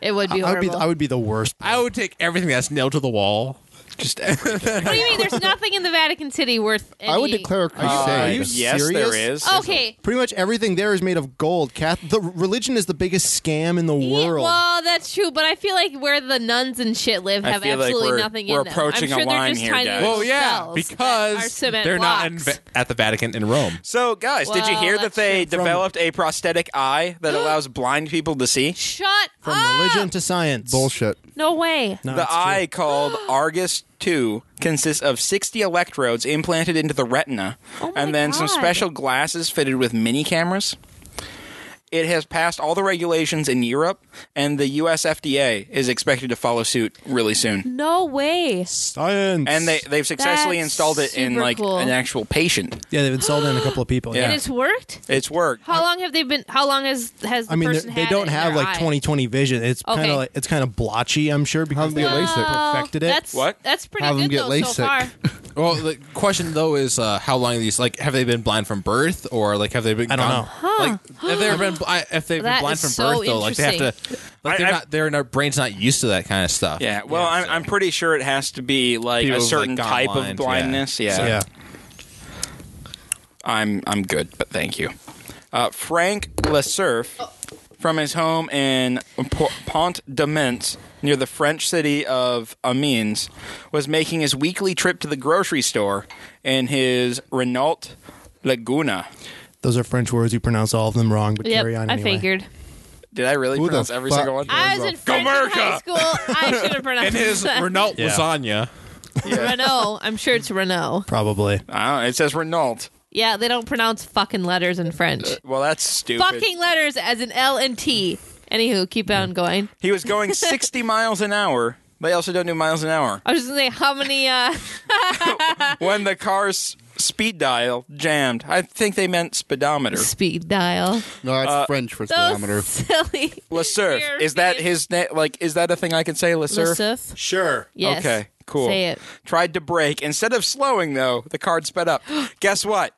It would be I would be horrible. I would be the worst. I would take everything that's nailed to the wall. Just everything. what do you mean? There's nothing in the Vatican City worth. Any... I would declare a crusade. Are you yes, serious? there is. Okay. Pretty much everything there is made of gold. Cath- the religion is the biggest scam in the Yeah, world. well, that's true, but I feel like where the nuns and shit live I have feel like absolutely we're- nothing we're in them. approaching a I'm sure line they're just here, tiny guys. little Well, cells that are because cement they're not in, blocks. Va- at the Vatican in Rome. So, guys, did you Well, hear that that's they true. developed a prosthetic eye that allows blind people to see? Shut From up! religion to science. Bullshit. No way. No, the it's true. eye called Argus 2 consists of 60 electrodes implanted into the retina Oh my and then some God. special glasses fitted with mini cameras. It has passed all the regulations in Europe and the US FDA is expected to follow suit really soon. No way. Science. And they they've successfully That's installed it in super like cool. an actual patient. yeah, they've installed it in a couple of people. Yeah. Yeah. And it's worked. It's worked. How long have they been? How long has has the I mean, they're- person they had it don't in have their like eye? 2020 vision. It's Okay. kind of like it's kind of blotchy. I'm sure because How'd they they Oh, get LASIK? perfected it. That's What? That's pretty Have 'em good get though so LASIK. far. Well, the question though is uh, how long are these like have they been blind from birth or like have they been I don't gone- know. Like if they've been bli- if they've That been blind is from so birth though like they have to like I- they're I- not their their brain's not used to that kind of stuff. Yeah, well, I'm, I'm pretty sure it has to be like People a who've, like, certain gone type blind, yeah. of blindness. Yeah. So- yeah. I'm I'm good, but thank you. Uh, Frank Lesurf from his home in Po- Pont de Mince near the French city of Amiens was making his weekly trip to the grocery store in his Renault Laguna. Those are French words. You pronounce all of them wrong, but Yep, carry on I anyway. figured. Did I really Who the pronounce every fuck- single one? I was in French in high America. school. I should have pronounced And his that. Renault Yeah. lasagna. Renault. I'm sure it's Renault. Probably. I don't know, it says Renault. Yeah, they don't pronounce fucking letters in French. Well, that's stupid. Fucking letters as an L and T. Anywho, keep on going. He was going 60 miles an hour. They also don't do miles an hour. I was just gonna say how many. uh when the car's speed dial jammed. I think they meant speedometer. Speed dial. No, that's French for speedometer. Those silly. Le Cerf. Your Is that face. his name? Like, is that a thing I can say? Le Le Cerf? Cerf? Sure. Yes. Okay, cool. Say it. Tried to brake. Instead of slowing, though, the card sped up. Guess what?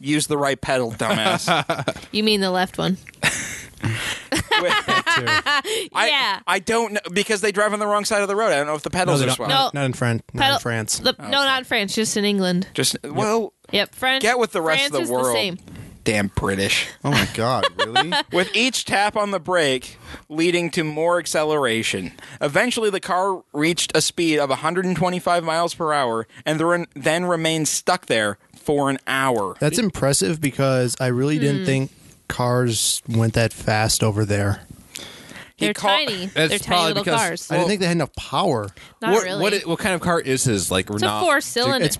Use the right pedal, dumbass. You mean the left one? I, yeah. I don't know because they drive on the wrong side of the road. I don't know if the pedals they are don't- swapped. No. not, not in France. Not in France. Oh, The, No, not in France. Just in England. Just well, Yep. French. Get with the rest France of the is world. The same. damn British. Oh my god, really? with each tap on the brake leading to more acceleration. Eventually, the car reached a speed of 125 miles per hour and the re- then remained stuck there for an hour. That's impressive because I really Hmm. didn't think cars went that fast over there. He They're call- tiny. That's They're probably tiny little because- cars. I didn't think they had enough power. Not what, really. what i- what kind of car is his like it's a Renault? four cylinder. It's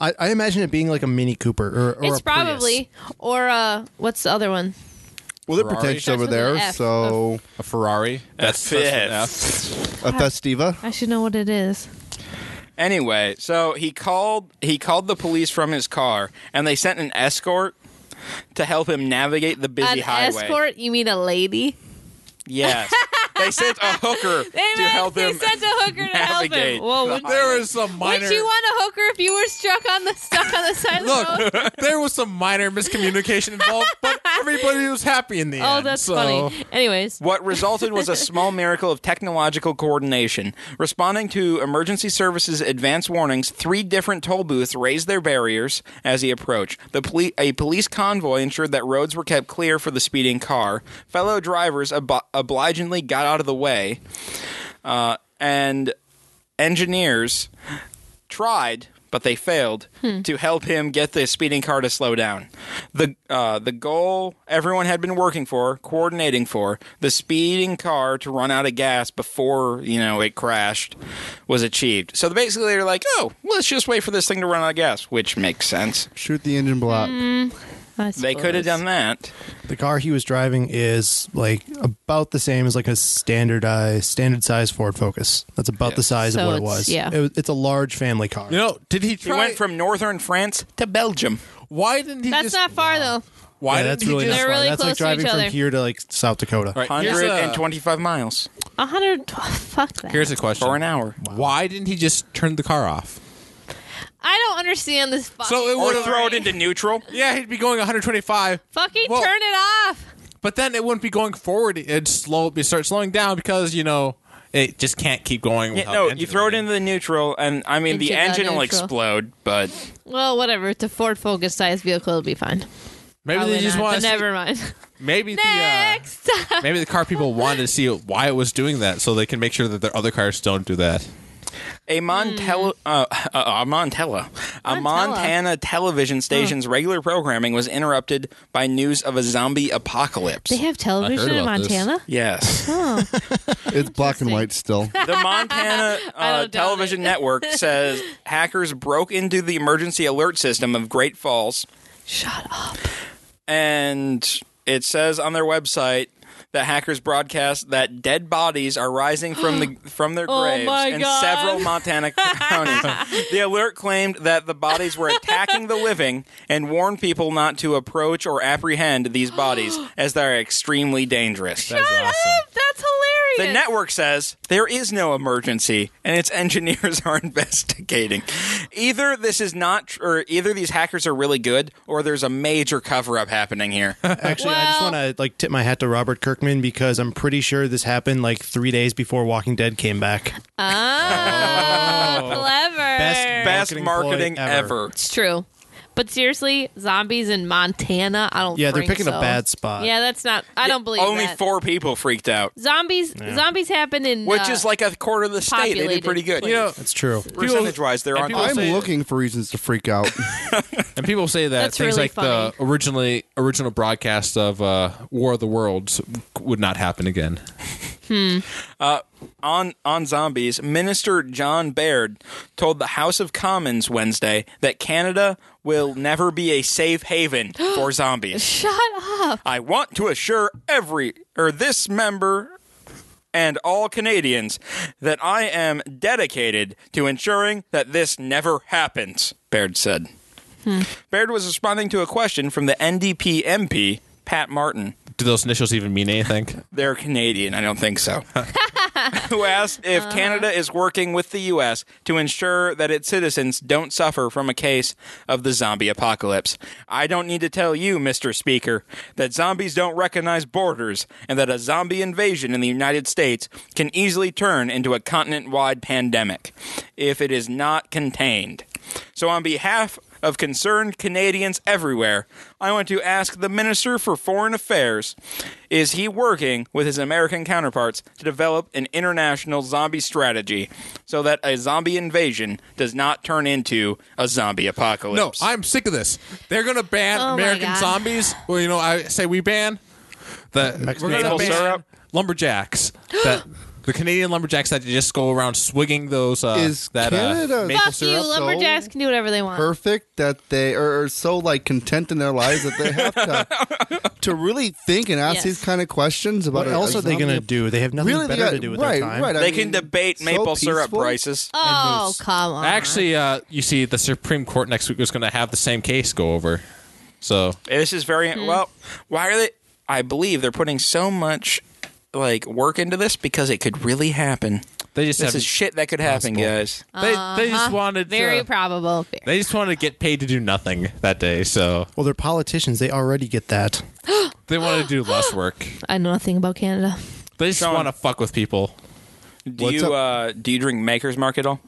I, I imagine it being like a Mini Cooper or, or It's a Prius. probably or uh, what's the other one? Well, they're Ferrari? pretentious Starts over with an there, F. so A Ferrari. That's F- that's an F. a festiva. I should know what it is. Anyway, so he called he called the police from his car and they sent an escort to help him navigate the busy An highway. escort? You mean a lady? Yes. they sent a hooker They, to meant- help they him sent a hooker to help navigate him. Whoa, the would, highway. There was some minor. would you want a hooker if you were struck on the stuck on the side of the road? Look, there was some minor miscommunication involved, but everybody was happy in the Oh, end. that's so- funny. Anyways, What resulted was a small miracle of technological coordination. Responding to emergency services advance warnings, three different toll booths raised their barriers as he approached. The poli- a police convoy ensured that roads were kept clear for the speeding car. Fellow drivers ob- obligingly got out of the way, uh, and engineers tried, but they failed to help him get the speeding car to slow down. The uh, the goal everyone had been working for, coordinating for, the speeding car to run out of gas before you know it crashed, was achieved. So basically, they're like, "Oh, let's just wait for this thing to run out of gas," which makes sense. Shoot the engine block. Mm. I They could have suppose. done that. The car he was driving is like about the same as like a standard uh, standard size Ford Focus. That's about the size So of what it it's- was. yeah. It was- it's a large family car. You know, did he He try? went from northern France to Belgium. why didn't he That's just? not far though. Why Yeah, didn't that's he really just- not They're far. really That's close like to driving each other. from here to like South Dakota. All right, here's a- 125 miles 112. Fuck that. Here's a question. for an hour. Why didn't he just turn the car off? I don't understand this. Fucking So it Or would've- story. throw it into neutral. Yeah, he'd be going 125. Fucking Well- turn it off. But then it wouldn't be going forward. It'd slow. It'd start slowing down because you know it just can't keep going. Yeah, without no, the engine you throw it running. into the neutral, and I mean, the Into the engine will neutral. explode, but Well, whatever. It's a Ford Focus sized vehicle. It'll be fine. Maybe Probably they just not, want but to. never mind. Maybe the uh, Next. maybe the car people wanted to see why it was doing that, so they can make sure that their other cars don't do that. a Montella, uh, uh, a Montella, a Hmm. Montella. Montana television station's regular programming was interrupted by news of a zombie apocalypse. they have television in about this. Montana. yes. It's black and white still. the Montana I uh, don't doubt television it. network says hackers broke into the emergency alert system of Great Falls, Shut up. and it says on their website that hackers broadcast that dead bodies are rising from the from their Oh graves my in God. several Montana counties. the alert claimed that the bodies were attacking the living and warned people not to approach or apprehend these bodies as they are extremely dangerous. That's awesome. That's The hilarious. network says there is no emergency, and its engineers are investigating. Either this is not, tr- or either these hackers are really good, or there's a major cover-up happening here. Actually, I just Well- want to like tip my hat to Robert Kirkman because I'm pretty sure this happened like three days before Walking Dead came back. Ah, clever. Best marketing ploy marketing ever. It's true. But seriously, zombies in Montana, I don't Yeah, they're think picking so. a bad spot. Yeah, that's not I don't believe Only that. four people freaked out, zombies zombies happen in which uh, is like a quarter of the state. They did populated pretty good. place. You know, That's true. percentage-wise, they're and on. people top. I'm say- looking for reasons to freak out. and people say that That's things really like the originally original broadcast of uh, War of the Worlds would not happen again. on on zombies, Minister John Baird told the House of Commons Wednesday that Canada will never be a safe haven for zombies. Shut up. I want to assure every or this member and all Canadians that I am dedicated to ensuring that this never happens, Baird said. Baird was responding to a question from the NDP MP, Pat Martin. Do those initials even mean anything? They're Canadian, I don't think so. Who asked if Canada is working with the U.S. to ensure that its citizens don't suffer from a case of the zombie apocalypse. I don't need to tell you, Mr. Speaker, that zombies don't recognize borders and that a zombie invasion in the United States can easily turn into a continent wide pandemic if it is not contained. So, on behalf of concerned Canadians everywhere, I want to ask the Minister for Foreign Affairs is he working with his American counterparts to develop an international zombie strategy so that a zombie invasion does not turn into a zombie No, apocalypse? I'm sick of this. They're gonna ban Oh my American God. zombies. Well, you know, I say we ban the Mexican we're gonna maple ban syrup. lumberjacks. that, the Canadian lumberjacks that just go around swigging those uh, Is that uh, Canada- maple Fuck you, syrup. lumberjacks can do whatever they want. Perfect that they are are so like content in their lives that they have to to really think and ask Yes. these kind of questions about. What a- else a are they zombie going to do? They have nothing Really, they better got, to do with their right, time. right. I they mean, can debate so maple syrup peaceful. prices. oh, come on. Actually, uh, you see, the Supreme Court next week is gonna have the same case go over. So This is very well. Why are they? I believe they're putting so much like work into this because it could really happen. they just This have is shit that could happen, guys. They, they just Uh-huh. wanted very to, probable. they just wanted to get paid to do nothing that day. So Well, they're politicians. They already get that. they wanted to do less work. I know nothing about Canada. They just Sean. want to fuck with people. Do What's you up? uh, do you drink Maker's Mark at all?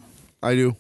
I do.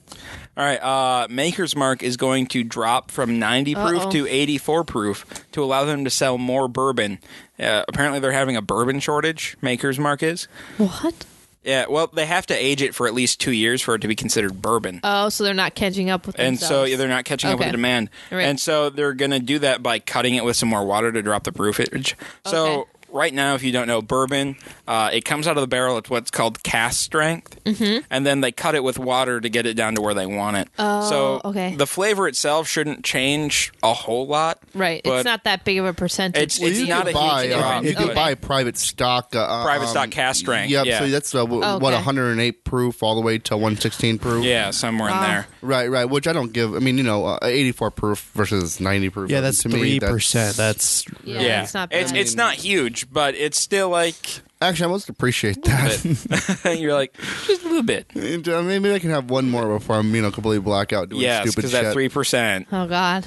All right, uh, Maker's Mark is going to drop from 90 proof Uh-oh. to 84 proof to allow them to sell more bourbon. Uh, apparently, they're having a bourbon shortage. Maker's Mark is. What? Yeah, well, they have to age it for at least two years for it to be considered bourbon. Oh, so they're not catching up with and so themselves. yeah, they're not catching up with Okay. the demand. Right. And so they're going to do that by cutting it with some more water to drop the proofage. So Okay. right now, if you don't know, bourbon, uh, it comes out of the barrel at what's called cast strength, mm-hmm. and then they cut it with water to get it down to where they want it. Oh, so okay. the flavor itself shouldn't change a whole lot. Right. But It's not that big of a percentage. It's- Well, you not can a huge buy, um, difference. you can Okay. buy private stock. Uh, Private um, stock cast strength, Yep. yeah. So that's uh, w- Okay. what 108 proof all the way to 116 proof. Yeah, somewhere Ah. in there. Right. Right. Which I don't give. I mean, you know, uh, 84 proof versus 90 proof. Yeah, uh, that's to me, three percent. That's yeah, yeah, it's not bad. it's it's not huge, but it's still like Actually, I most appreciate that. you're like just a little bit. And, uh, Maybe I can have one more before I'm, you know, completely blackout doing Yes, stupid because shit. that three percent. oh God.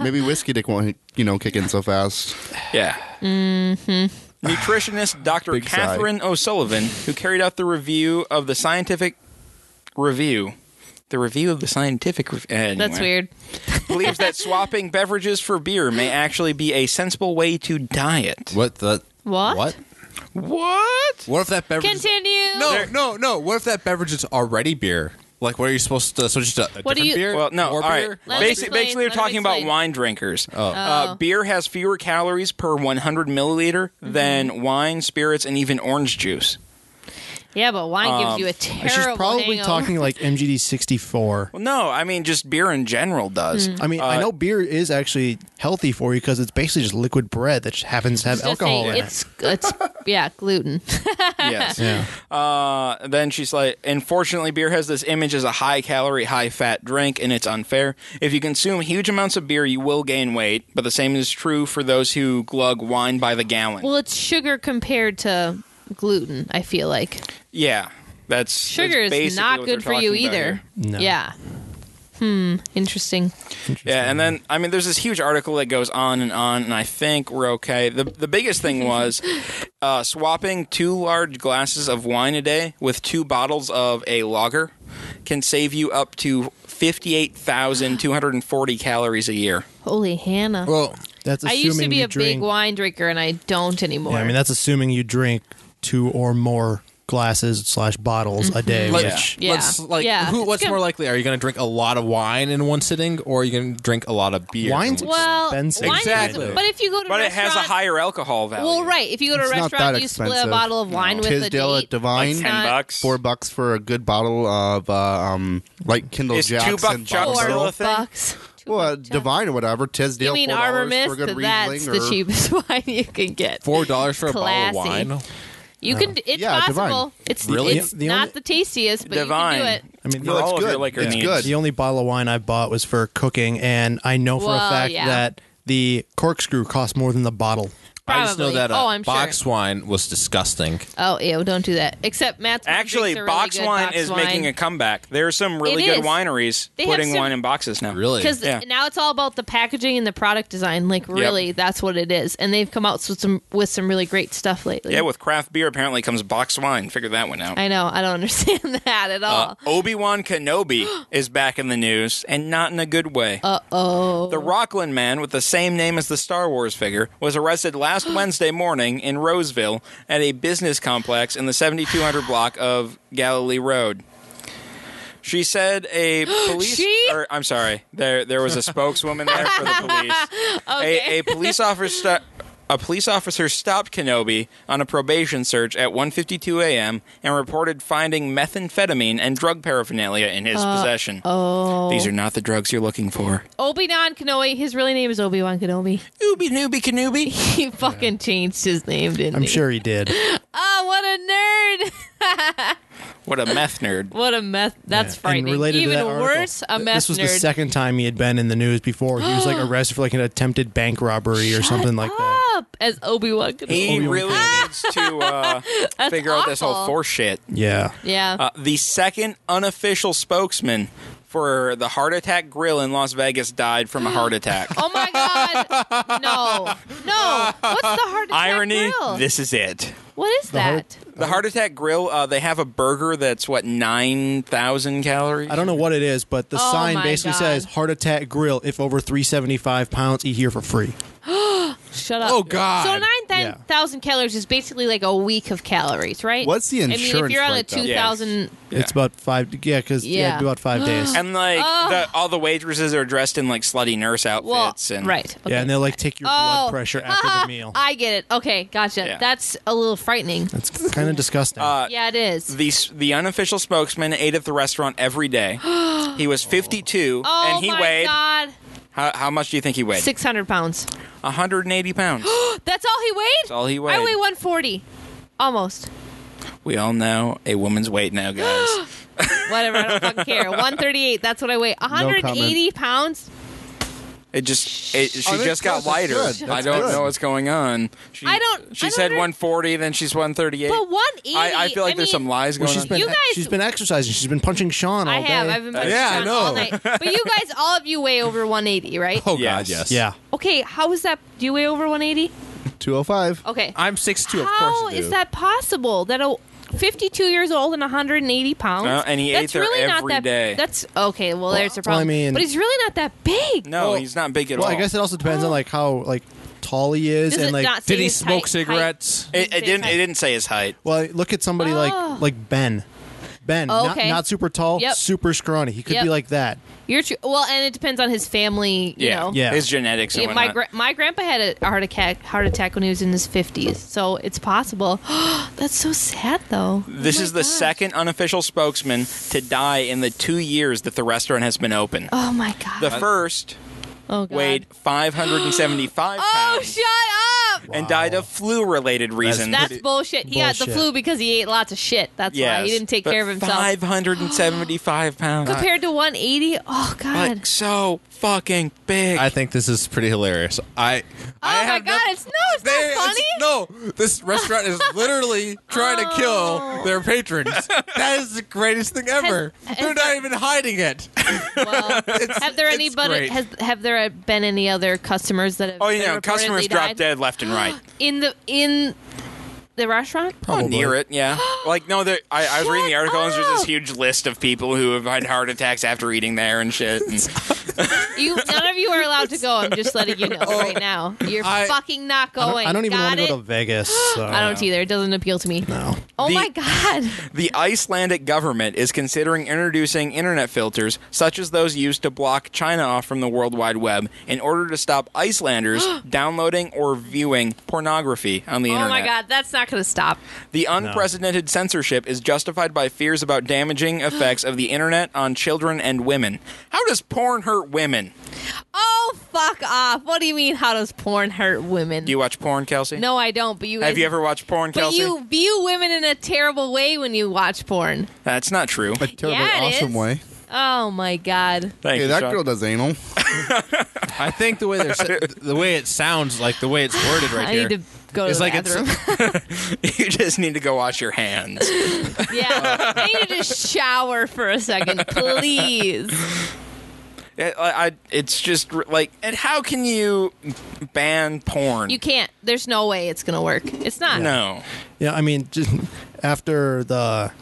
Maybe whiskey dick won't, you know, kick in so fast. Yeah. Mm-hmm. Nutritionist Dr. Big sigh. Catherine O'Sullivan, who carried out the review of the scientific review. The review of the scientific rev- anyway, That's weird. believes that swapping beverages for beer may actually be a sensible way to diet. What the? What? What? What? What if that beverage? is- Continue. No, no, no. What if that beverage is already beer? Like, what are you supposed to switch to? A What do different you- Beer? Well, no. More all beer? right. Let Basi- him Basically, explain. they're Let him talking about explain. wine drinkers. Uh, beer has fewer calories per 100 milliliter than wine, spirits, and even orange juice. Yeah, but wine Um, gives you a terrible. she's probably hangover. talking like MGD sixty four. Well, no, I mean just beer in general does. I mean, I know beer is actually healthy for you because it's basically just liquid bread that just happens to have Just alcohol saying, in it. it's it's yeah, gluten. yes. Yeah. Uh, then she's like, unfortunately, beer has this image as a high calorie, high fat drink, and it's unfair. If you consume huge amounts of beer, you will gain weight, but the same is true for those who glug wine by the gallon. well, it's sugar compared to gluten. I feel like yeah, that's sugar that's is basically not what they're good for talking you about either. here. No. Yeah. Hmm. Interesting. Yeah, and then I mean, there's this huge article that goes on and on, and I think we're okay. the The biggest thing was uh, swapping two large glasses of wine a day with two bottles of a lager can save you up to fifty eight thousand two hundred and forty calories a year. Holy Hannah. Well, That's I assuming used to be you a drink, big wine drinker, and I don't anymore. Yeah, I mean, that's assuming you drink two or more glasses slash bottles a day. Like, Which, Mm-hmm. Yeah. Let's, like, Yeah. who, It's what's gonna- more likely? Are you going to drink a lot of wine in one sitting, or are you going to drink a lot of beer? in Wine's- one- well, expensive. wine Exactly. Is, but if you go to But a it has a restaurant- higher alcohol value. Well, right. If you go to a It's not restaurant, that you split a expensive. bottle of wine with Tisdale a at date. Divine, It's ten not- bucks. four bucks for a good bottle of uh, um, like Kindle Is two Jacks buck and Jacks Boxer. still Four a thing? bucks. Two Well, uh, buck jug. Divine or whatever. Tisdale. You mean $4 Arbor for a Mist? good That's Riesling the or- cheapest wine you can get. Four dollars for a bottle Classy. of wine. You Oh. can. It's Yeah, possible. Divine. It's Really? It's The- the not only- the tastiest, but Divine. you can do it. I mean, For No, it's all of your good. liquor It's needs. good. the only bottle of wine I bought was for cooking, and I know for Well, a fact yeah. that the corkscrew costs more than the bottle. Probably. I just know that uh, oh, I'm box sure. wine was disgusting. Oh, ew! Don't do that. Except Matt's Actually, drinks are really box good wine box is wine. making a comeback. There are some really It good is. wineries They have putting some- wine in boxes now. Really? because Yeah. now it's all about the packaging and the product design. Like really, that's what it is. And they've come out with some with some really great stuff lately. Yeah, with craft beer apparently comes box wine. Figure that one out. I know. I don't understand that at all. Obi Wan Kenobi is back in the news, and not in a good way. Uh oh. the Rockland man with the same name as the Star Wars figure was arrested last Wednesday morning in Roseville at a business complex in the 7200 block of Galilee Road. She said a police. She? Or, I'm sorry. There, there was a spokeswoman there for the police. a, a police officer a police officer stopped Kenobi on a probation search at 1:52 a.m. and reported finding methamphetamine and drug paraphernalia in his possession. Oh, these are not the drugs you're looking for. Obi Wan Kenobi. His really name is Obi Wan Kenobi. Ooby nooby Kenobi. He fucking changed his name, didn't I'm he? sure he did. Oh, what a nerd! What a meth nerd. What a meth. That's frightening. And related Even to that article, worse, a th- meth This was nerd. the second time he had been in the news before. He was like arrested for like an attempted bank robbery or something like that. Up as Obi Wan Kenobi. He Obi-Wan really needs to uh, figure out this whole awful. force shit. Yeah. yeah. Uh, the second unofficial spokesman for the Heart Attack Grill in Las Vegas died from a heart attack. oh my God! No, no. What's the heart attack Irony. grill? This is it. what is that? The Heart Attack Grill, uh, they have a burger that's what nine thousand calories. I don't know what it is, but the Oh sign my basically God. says "Heart Attack Grill." If over three seventy five pounds, eat here for free. Shut up. Oh, God. So nine thousand calories is basically like a week of calories, right? What's the I mean, if insurance you're on a like that? two thousand, It's about five. Yeah, because yeah. Yeah. about five days. And like Oh. the, all the waitresses are dressed in like slutty nurse well, outfits and right? Okay. Yeah, and they'll like take your Oh. blood pressure after the meal. Uh, I get it. Okay, gotcha. Yeah. That's a little frightening. That's kind of disgusting. Uh, yeah, it is. The s- the unofficial spokesman ate at the restaurant every day. he was 52 Oh and he my weighed god, how, how much do you think he weighed? six hundred pounds. 180 pounds. That's all he weighed. That's all he I weighed. weigh one forty, almost. we all know a woman's weight now, guys. Whatever, I don't fucking care. One thirty-eight. That's what I weigh. One hundred eighty pounds. it just it, she Oh, that's just close. got That's lighter. good. That's I don't good. know what's going on. She, I don't- She I don't said under- 140, then she's 138. But one eighty. I, I feel like there's some lies going well, she's on. been You guys- she's been exercising. She's been punching Sean all I have. day. I've been punching yeah, I Sean know. all night. But you guys, all of you weigh over 180, right? Oh Yes. God, yes. yeah, Okay, how is that? Do you weigh over 180? 205. Okay. I'm 6'2", of course. How I do. is that possible? That a 52 years old and 180 pounds? Uh, and he ate that's there really not every that, day. That's okay. Well, there's a well, I problem. mean- but he's really not that big. no, Well- he's not big at Well, all. I guess it also depends on like how like tall he is Does and it like. not say Did he his smoke height- cigarettes? height- it, it his didn't height? it didn't say his height. well, look at somebody Oh. like like Ben. Ben, Oh, not, okay. not super tall, Yep. super scrawny. He could Yep. be like that. You're true. Well, and it depends on his family. You yeah. Know? Yeah. His genetics and Yeah, my whatnot. gra- my grandpa had a heart attack heart attack when he was in his 50s, so it's possible. That's so sad, though. This is the second unofficial spokesman to die in the two years that the restaurant has been open. Oh my god. The first oh god. weighed 575 Oh, pounds shut up. and died of flu-related reasons. That's bullshit. He got the Bullshit. flu because he ate lots of shit. That's why Yes, he didn't take but care of himself. 575 pounds. Compared to 180, oh god. like so fucking big. I think this is pretty hilarious. oh I. I my have god, nothing- it's no, it's not They- funny. it's- no, this restaurant is literally trying to Oh. kill their patrons. That is the greatest thing ever. has- They're not even hiding it. Well, have there it's anybody great. has have there been any other customers that have oh, been you know, reportedly customers drop died? dead left and right. in the in the restaurant? Oh, Probably. near it, yeah. Like no, there. I, I was reading the Shut article, and there's this up. huge list of people who have had heart attacks after eating there and shit. And You none of you are allowed to go. I'm just letting you know right now. You're I- fucking not I going. don't, I don't even Got want to it? go to Vegas. So. I don't either. It doesn't appeal to me. know. Oh The- my god. The Icelandic government is considering introducing internet filters, such as those used to block China off from the World Wide Web, in order to stop Icelanders downloading or viewing pornography on the Oh internet. my god, that's not going to stop. The unprecedented censorship is justified by fears about damaging effects of the internet on children and women. How does porn hurt women? Oh, fuck off. What do you mean, how does porn hurt women? Do you watch porn, Kelsey? no, I don't, but you Have you ever watched porn, But Kelsey? you view women in a terrible way when you watch porn. That's not true. A terribly Yeah, it awesome is. way. Oh my god. Thank Hey, you, that Sean. girl does anal. I think the way they're sa- the way it sounds, like the way it's worded right I here. need to go to It's the like it's- bathroom. you just need to go wash your hands. yeah. I need to just shower for a second, please. It, I, I, it's just r- like, and how can you ban porn? You can't. There's no way it's going to work. It's not. no. Yeah, I mean, just after the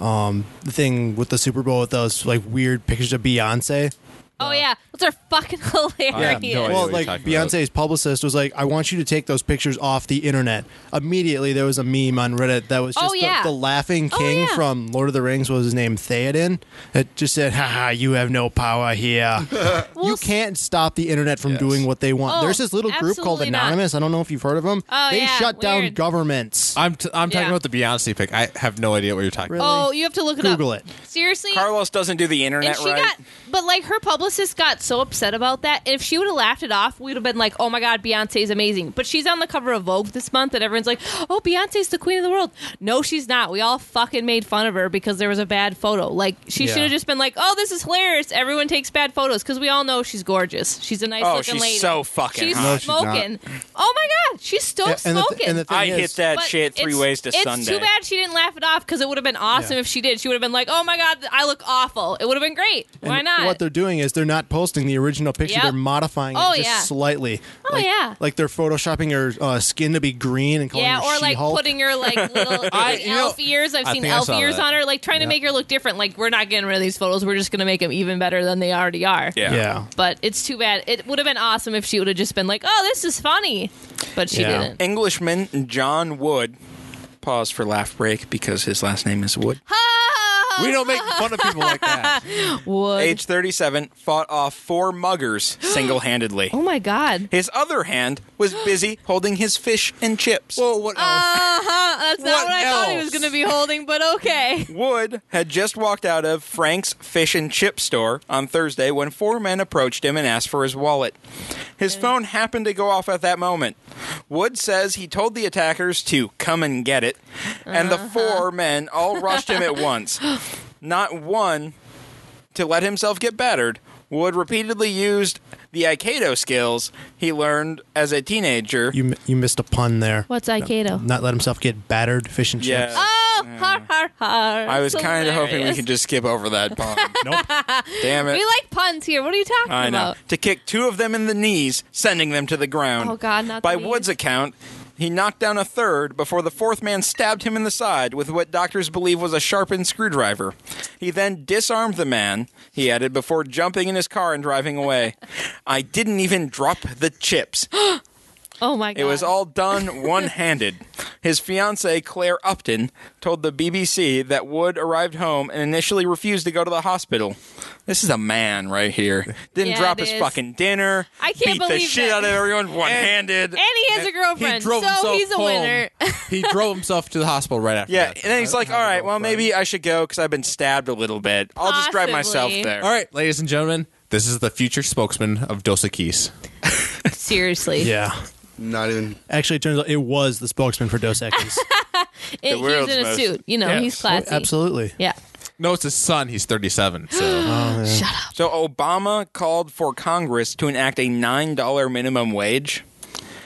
um the thing with the Super Bowl with those like weird pictures of Beyonce. Uh, Oh yeah. Those are fucking hilarious. no idea. Well, what you're like talking about. Beyonce's publicist was like, "I want you to take those pictures off the internet." Immediately, there was a meme on Reddit that was Oh, just the- yeah. the, laughing Oh, king yeah. from Lord of the Rings what was his name Theoden. It just said, "Haha, you have no power here." Well, you can't stop the internet from Yes. doing what they want. Oh, There's this little group called absolutely not. Anonymous. I don't know if you've heard of them. Oh, they yeah, shut down weird. governments. I'm t- I'm talking Yeah. about the Beyonce pick. I have no idea what you're talking. about. Oh, you have to look it Google up. it. Seriously? Carlos doesn't do the internet and she right. got but like her publicist got so upset about that if she would have laughed it off we'd have been like oh my god beyonce's amazing but she's on the cover of vogue this month and everyone's like oh beyonce's the queen of the world no she's not we all fucking made fun of her because there was a bad photo like she Yeah. should have just been like oh this is hilarious everyone takes bad photos because we all know she's gorgeous she's a nice Oh, looking she's lady so fucking she's hot. No, she's not. smoking oh my god she's still and the, smoking and the thing I is, hit that But- shit Sunday at Three it's- Ways to it's Sunday. too bad she didn't laugh it off because it would have been awesome Yeah. if she did. She would have been like, "Oh my god, I look awful." It would have been great. Why And not? What they're doing is they're not posting the original picture; Yep. they're modifying Oh, it just yeah. slightly. Oh, like, yeah. like they're photoshopping her uh, skin to be green and calling yeah, her or like She-Hulk. putting her like little I- like, you know, elf ears. I've I seen think I elf saw ears that. on her, like trying to Yeah. make her look different. Like we're not getting rid of these photos. We're just gonna make them even better than they already are. Yeah. But it's too bad. It would have been awesome if she would have just been like, "Oh, this is funny," but she Yeah. didn't. Englishman John Wood. Pause for laugh break because his last name is Wood. Ah! We don't make fun of people like that. Wood. Age 37, fought off four muggers single handedly. oh my god. His other hand was busy holding his fish and chips. Whoa, Oh, what else? Uh huh. That's not What what, I thought he was else? going to be holding, but okay. Wood had just walked out of Frank's fish and chip store on Thursday when four men approached him and asked for his wallet. Mm. His phone happened to go off at that moment. Wood says he told the attackers to come and get it, and Uh-huh. the four men all rushed him at once. Not one to let himself get battered. Wood repeatedly used the Aikido skills he learned as a teenager. You mi- you missed a pun there. What's Aikido? Not let himself get battered. Fish and Yeah. chips. Oh, har har har. I was It's kind of hoping we hilarious. could just skip over that pun. Nope. Damn it. We like puns here. What are you talking I know. about? To kick two of them in the knees, sending them to the ground. Oh, God, not the By knees. Wood's account, he knocked down a third before the fourth man stabbed him in the side with what doctors believe was a sharpened screwdriver. He then disarmed the man, he added, before jumping in his car and driving away. I didn't even drop the chips. Oh my god. It was all done one handed. His fiancee, Claire Upton, told the BBC that Wood arrived home and initially refused to go to the hospital. This is a man right here. Didn't Yeah, drop it his is. fucking dinner. I can't beat the believe shit that. out of everyone one handed. And he has a girlfriend, so he's a home. winner. he drove himself to the hospital right after. Yeah, that. and then he's like, all right, well, maybe I should go because I've been stabbed a little bit. I'll just drive myself Possibly. there. All right, ladies and gentlemen, this is the future spokesman of Dosa Keys. Seriously. yeah. Not even. Actually, it turns out it was the spokesman for Oh, Dos Equis. It- he was world's in a most- suit. You know, he's classy. Oh, Absolutely. Yeah. No, it's his son. He's 37. So So Obama called for Congress to enact a $9 minimum wage.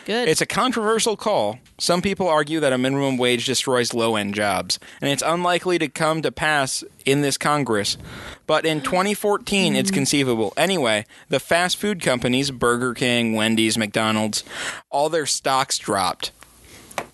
Good. It's a controversial call. Some people argue that a minimum wage destroys low end jobs, and it's unlikely to come to pass in this Congress. But in 2014, Mm. it's conceivable. Anyway, the fast food companies, Burger King, Wendy's, McDonald's, all their stocks dropped.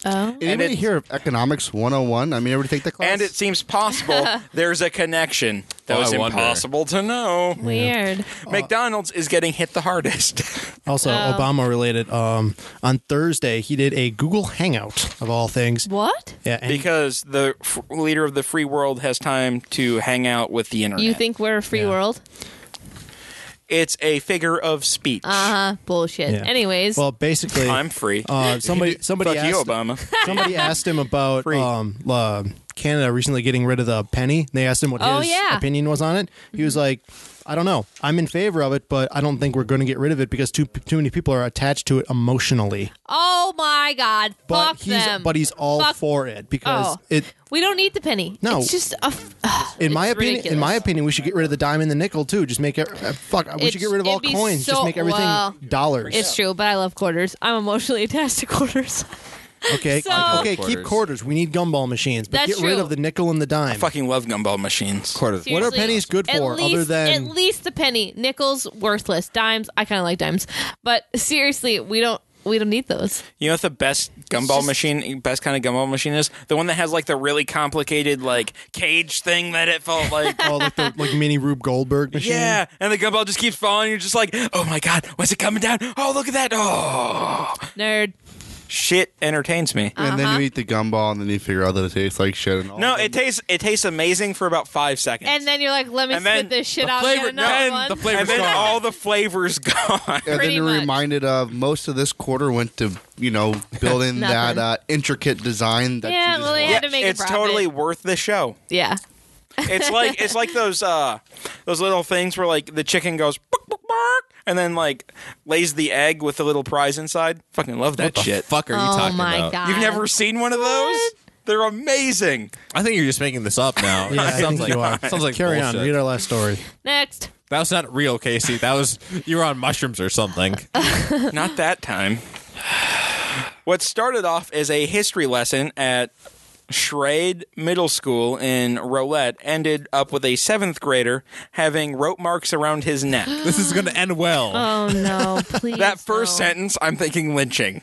oh. Anybody it- hear of Economics 101? I mean, ever take that class? And it seems possible there's a connection. That Oh, was I wonder. impossible to know. Weird. McDonald's is getting hit the hardest. Also, Oh. Obama related. Um, on Thursday, he did a Google Hangout of all things. What? Yeah, and because the f- leader of the free world has time to hang out with the internet. You think we're a free Yeah. world? it's a figure of speech. Uh huh. Bullshit. yeah. Anyways. well, basically, I'm free. uh, somebody somebody Fuck asked, you, Obama. somebody asked him about Free. um, uh, Canada recently getting rid of the penny. They asked him what Oh, his yeah. Mm-hmm. opinion was on it. He was like, "I don't know. I'm in favor of it, but I don't think we're going to get rid of it because too too many people are attached to it emotionally." oh my god. But Fuck he's them. but he's all Fuck- for it because Oh. it. We don't need the penny. No. It's just a. F- In my It's opinion, in ridiculous. my opinion, we should get rid of the dime and the nickel too. Just make it. uh, fuck. We It's- should get rid of all it'd be coins. so- just make everything well, dollars. It's true, but I love quarters. I'm emotionally attached to quarters. Okay. So- I love okay. Keep quarters. quarters. We need gumball machines, but That's get rid true. of the nickel and the dime. I fucking love gumball machines. quarter. What are Seriously. pennies good At for other least- than- at least the penny? Nickels worthless. Dimes I kind of like dimes, but seriously, we don't we don't need those. You know what the best gumball machine, best kind of gumball machine is? The one that has like the really complicated like cage thing that it felt like. Oh, like the like mini Rube Goldberg machine. yeah, and the gumball just keeps falling. You're just like, oh my god, what's it coming down? Oh, look at that. Oh, Nerd. shit entertains Uh, me. Uh-huh. and then you eat the gumball, and then you figure out that it tastes like shit. And all No, of it tastes it tastes amazing for about five seconds, And then you're like, let me And then spit this shit the out. and flavor- get another then one. the flavor- And then all the flavors gone. and then pretty you're much. reminded of most of this quarter went to you know building that Nothing. uh, intricate design. That Yeah, you well, just yeah. want. to make a it's profit. totally worth the show. yeah. It's like it's like those uh those little things where like the chicken goes "Bark, bark, bark," and then like lays the egg with the little prize inside. Fucking love that What the shit. fuck are you oh talking my about? god. You've never seen one of those? They're amazing. I think you're just making this up now. Yeah, I That sounds think you like are. sounds like Carry on. bullshit. Read our last story. Next. That was not real, Casey. That was you were on mushrooms or something. Not that time. What started off as a history lesson at Schrade Middle School in Rolette ended up with a seventh grader having rope marks around his neck. This is going to end well. Oh no! Please. that first no. sentence, I'm thinking lynching.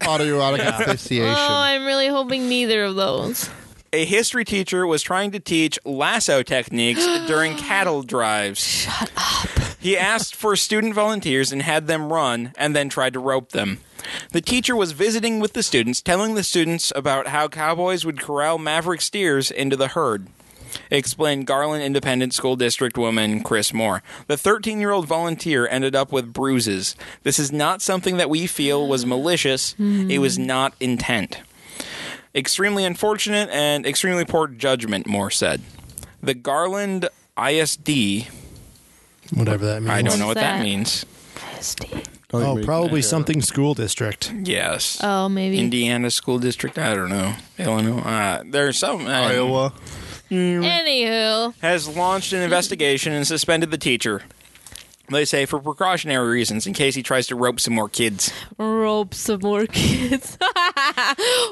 Autoerotic asphyxiation. Oh, I'm really hoping neither of those. A history teacher was trying to teach lasso techniques during cattle drives. Shut up. He asked for student volunteers and had them run and then tried to rope them. The teacher was visiting with the students, telling the students about how cowboys would corral maverick steers into the herd. Explained Garland Independent School District woman Chris Moore. The 13 year old volunteer ended up with bruises. This is not something that we feel was malicious, it was not intent. Extremely unfortunate and extremely poor judgment, Moore said. The Garland ISD, Whatever that means. I don't know what What's that? that? means. Oh, probably something school district. Yes. Oh, maybe. Indiana School District, I don't know. Illinois. Uh, there's some. I- Iowa. Anywho, has launched an investigation and suspended the teacher. They say for precautionary reasons in case he tries to rope some more kids. rope some more kids. what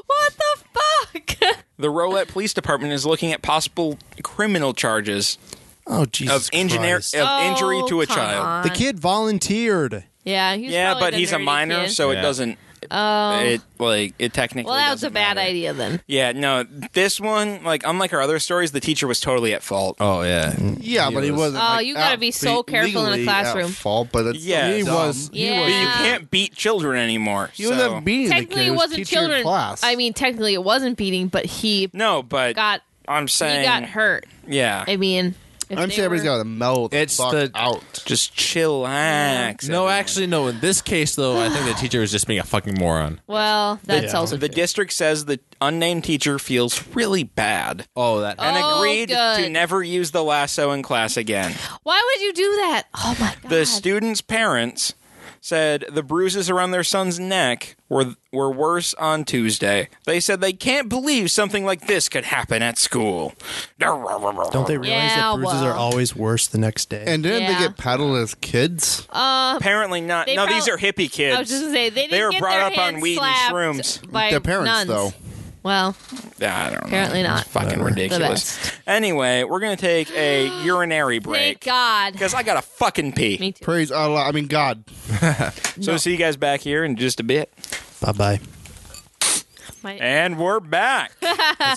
the fuck? The Rolette Police Department is looking at possible criminal charges Oh Jesus of engineer of Christ. injury to Oh, a come child. on. the kid volunteered. Yeah, he's Yeah, probably but the he's a nerdy minor, kid. so it Yeah. doesn't. Oh. It like it technically. well, that was a doesn't bad matter. idea then. Yeah, no. This one, like unlike our other stories, the teacher was totally at fault. Oh yeah. Yeah, but he wasn't. Oh, like, you gotta out- be so careful in a legally classroom. At fault, but it's Yeah, he dumb. was. Yeah, But you can't beat children anymore. You so. ended up beating the kid. Technically, it wasn't teacher in children. Class. I mean, technically, it wasn't beating, but he No, but got I'm he saying got hurt. Yeah, I mean, if I'm they sure everybody's were- got to melt. It's fuck the- out. just chillax. No, everyone. actually, no. In this case, though, I think the teacher was just being a fucking moron. Well, that's Yeah. also The district says the unnamed teacher feels really bad Oh, that. and Oh, agreed to good. never use the lasso in class again. Why would you do that? Oh my god. The students' parents said the bruises around their son's neck were were worse on Tuesday. They said they can't believe something like this could happen at school. Don't they realize Yeah, that bruises well. are always worse the next day? And didn't Yeah. Uh, they get paddled as kids? Apparently not. They no, prob- these are hippie kids. I was just gonna say they didn't were get brought their up on hands weed and slapped shrooms. By Their parents, nuns. though. Well, I don't know. apparently not. Fucking ridiculous. best. Anyway, we're gonna take a urinary Thank break God. because I gotta fucking pee. Me too. Praise Allah. I mean, God. So see you guys back here in just a bit, bye bye. My- and we're back.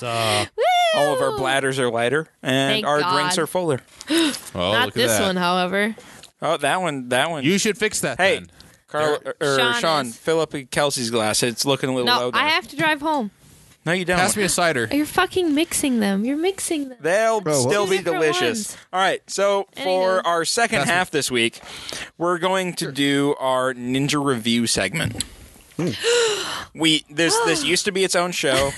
All of our Woo! bladders are lighter, and Thank our God. drinks are fuller. Oh, Not look at this that. one, however. Oh, that one, that one. You should fix that. hey, then. Carl or, or Sean, Sean is- fill up Kelsey's glass. It's looking a little No, low. There. I have to drive home. no, you don't. pass me a cider. You're fucking mixing them. You're mixing them. They'll what- still be Two different delicious. ones. All right, so for Anywho. our second half this week, we're going to do our ninja review segment. We this this used to be its own show,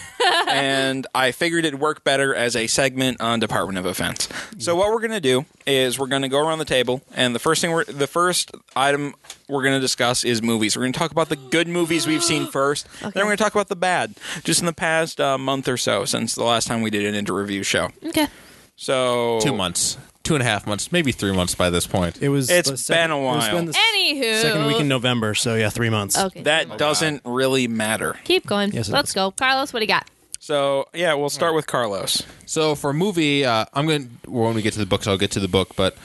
and I figured it'd work better as a segment on Department of Offense. So what we're gonna do is we're gonna go around the table, and the first thing we're the first item we're gonna discuss is movies. We're gonna talk about the good movies we've seen first, then we're gonna talk about the bad, just in the past uh, month or so since the last time we did an ninja review show. Okay. So Two months, two and a half months, maybe three months by this point. It was. It's the second- been a it was while. been the s- Anywho. second week in November, so yeah, three months. Okay. that doesn't really matter. Keep going. Yes, it Let's does. go. Carlos, what do you got? So yeah, we'll start with Carlos. So for movie, uh, I'm going to when we get to the books, I'll get to the book, but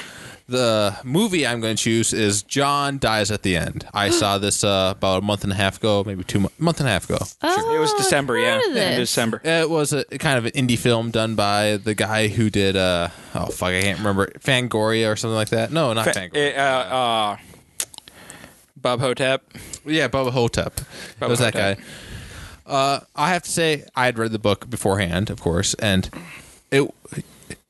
the movie I'm going to choose is John Dies at the End. I saw this uh, about a month and a half ago, maybe two mo- month and a half ago. Oh, It was I've December, heard yeah, of this. in December. It was a kind of an indie film done by the guy who did uh, oh fuck, I can't remember Fangoria or something like that. No, not Fangoria. It, uh, uh, Bob Hotep. Yeah, Bubba Hotep. Bubba it was that Hotep. guy. Uh, I have to say, I had read the book beforehand, of course, and it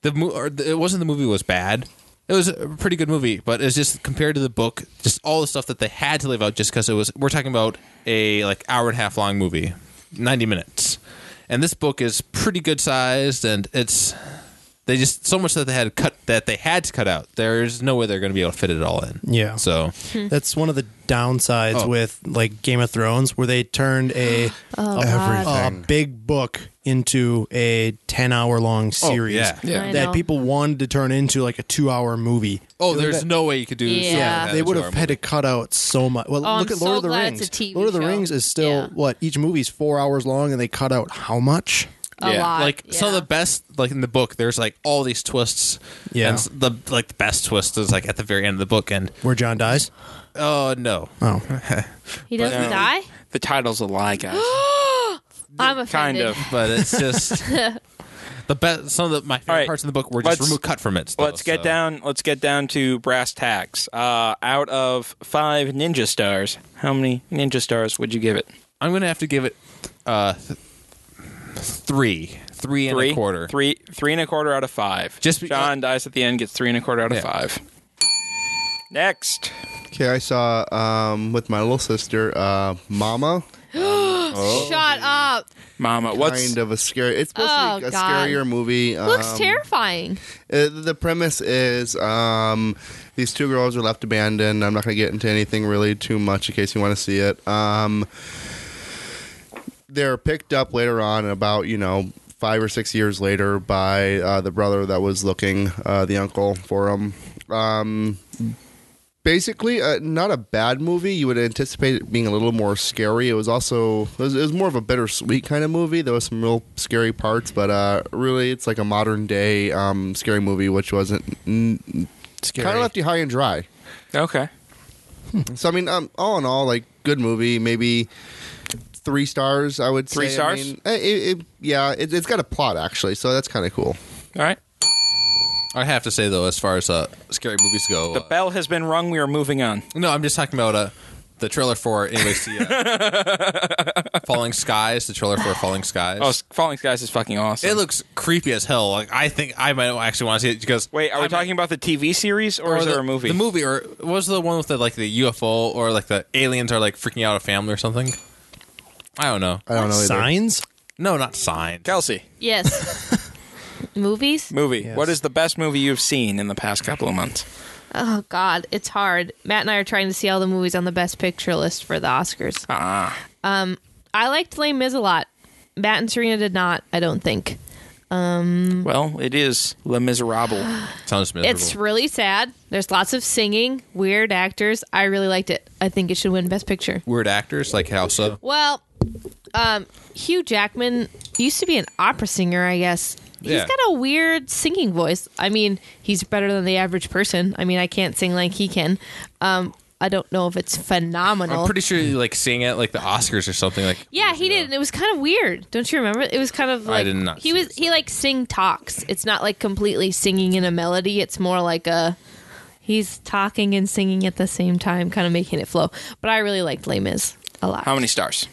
the mo- or the- it wasn't the movie was bad. It was a pretty good movie, but it's just compared to the book, just all the stuff that they had to leave out, just because it was. We're talking about a like hour and a half long movie, ninety minutes, and this book is pretty good sized, and it's They just so much that they had cut that they had to cut out. There's no way they're going to be able to fit it all in. Yeah. So That's one of the downsides Oh. with like Game of Thrones, where they turned a Oh, a, a Everything. big book into a ten hour long series. Oh, yeah. Yeah. I know. That people wanted to turn into like a two hour movie. oh, there's no way you could do. Yeah. Yeah, they would have had to cut out so much. Well, Oh, look I'm at Lord so of the glad Rings. it's a TV Lord of the show. Rings is still Yeah. what each movie's four hours long, and they cut out how much? a Yeah. lot. like some of yeah. the best like in the book there's like all these twists Yeah. and s- the like the best twist is like at the very end of the book and Where John dies? oh no Oh, He doesn't No. die? The title's a lie, guys. I'm kind offended. of. but it's just the best some of the, my favorite All right. parts of the book were Let's- just removed cut from it though, Let's get so. down. Let's get down to brass tacks. Uh, out of five ninja stars, how many ninja stars would you give it? i'm gonna have to give it uh th- three three and Three a quarter Three, three and a quarter out of five. Just be- John dies at the end, gets three and a quarter out of Yeah. five. Next, Okay, I saw um, with my little sister, uh, Mama. Shut up. Mama. What's Kind of a scary. It's supposed to be Oh, a God. scarier movie. Looks um, terrifying. Uh, the premise is um, these two girls are left abandoned. I'm not going to get into anything really too much in case you want to see it. Um, they're picked up later on, about you know five or six years later, by uh, the brother that was looking, uh, the uncle for them. Um, basically, uh, not a bad movie. You would anticipate it being a little more scary. It was also it was, it was more of a bittersweet kind of movie. There was some real scary parts, but uh, really, it's like a modern day um, scary movie, which wasn't mm, scary. kind of left you high and dry. okay? So I mean, um, all in all, like good movie, maybe three stars. I would Three say. stars? I mean, eh, it- it- yeah, it, it's got a plot actually, so that's kind of cool. All right. i have to say though as far as uh scary movies go The uh, bell has been rung. We are moving on. no i'm just talking about uh the trailer for anyway see uh, falling skies the trailer for falling skies Oh, Falling Skies is fucking awesome. It looks creepy as hell. Like I think I might actually want to see it because Wait, are we talking about the TV series or, is Oh, the, there a movie? The movie or what was the one with the like the UFO or like the aliens are like freaking out a family or something? I don't know. I don't know. Either. Signs? No, not sign. Kelsey, Yes. Movies? movie. Yes. What is the best movie you've seen in the past couple of months? Oh God, it's hard. Matt and I are trying to see all the movies on the Best Picture list for the Oscars. Ah. Um, I liked Les Mis a lot. Matt and Serena did not. I don't think Well, it is Les Miserables. Sounds miserable. it's really sad. There's lots of singing, weird actors. I really liked it. I think it should win Best Picture. Weird actors like how so? Well, um, Hugh Jackman used to be an opera singer, I guess. Yeah. He's got a weird singing voice. I mean, he's better than the average person. I mean, I can't sing like he can. Um, I don't know if it's phenomenal. I'm pretty sure you like seeing it like the Oscars or something like. Yeah, he did, and it was kind of weird. Don't you remember? It was kind of like did not he see was it, he like sing talks. It's not like completely singing in a melody. It's more like a he's talking and singing at the same time, kind of making it flow. But I really liked Les Mis a lot. How many stars?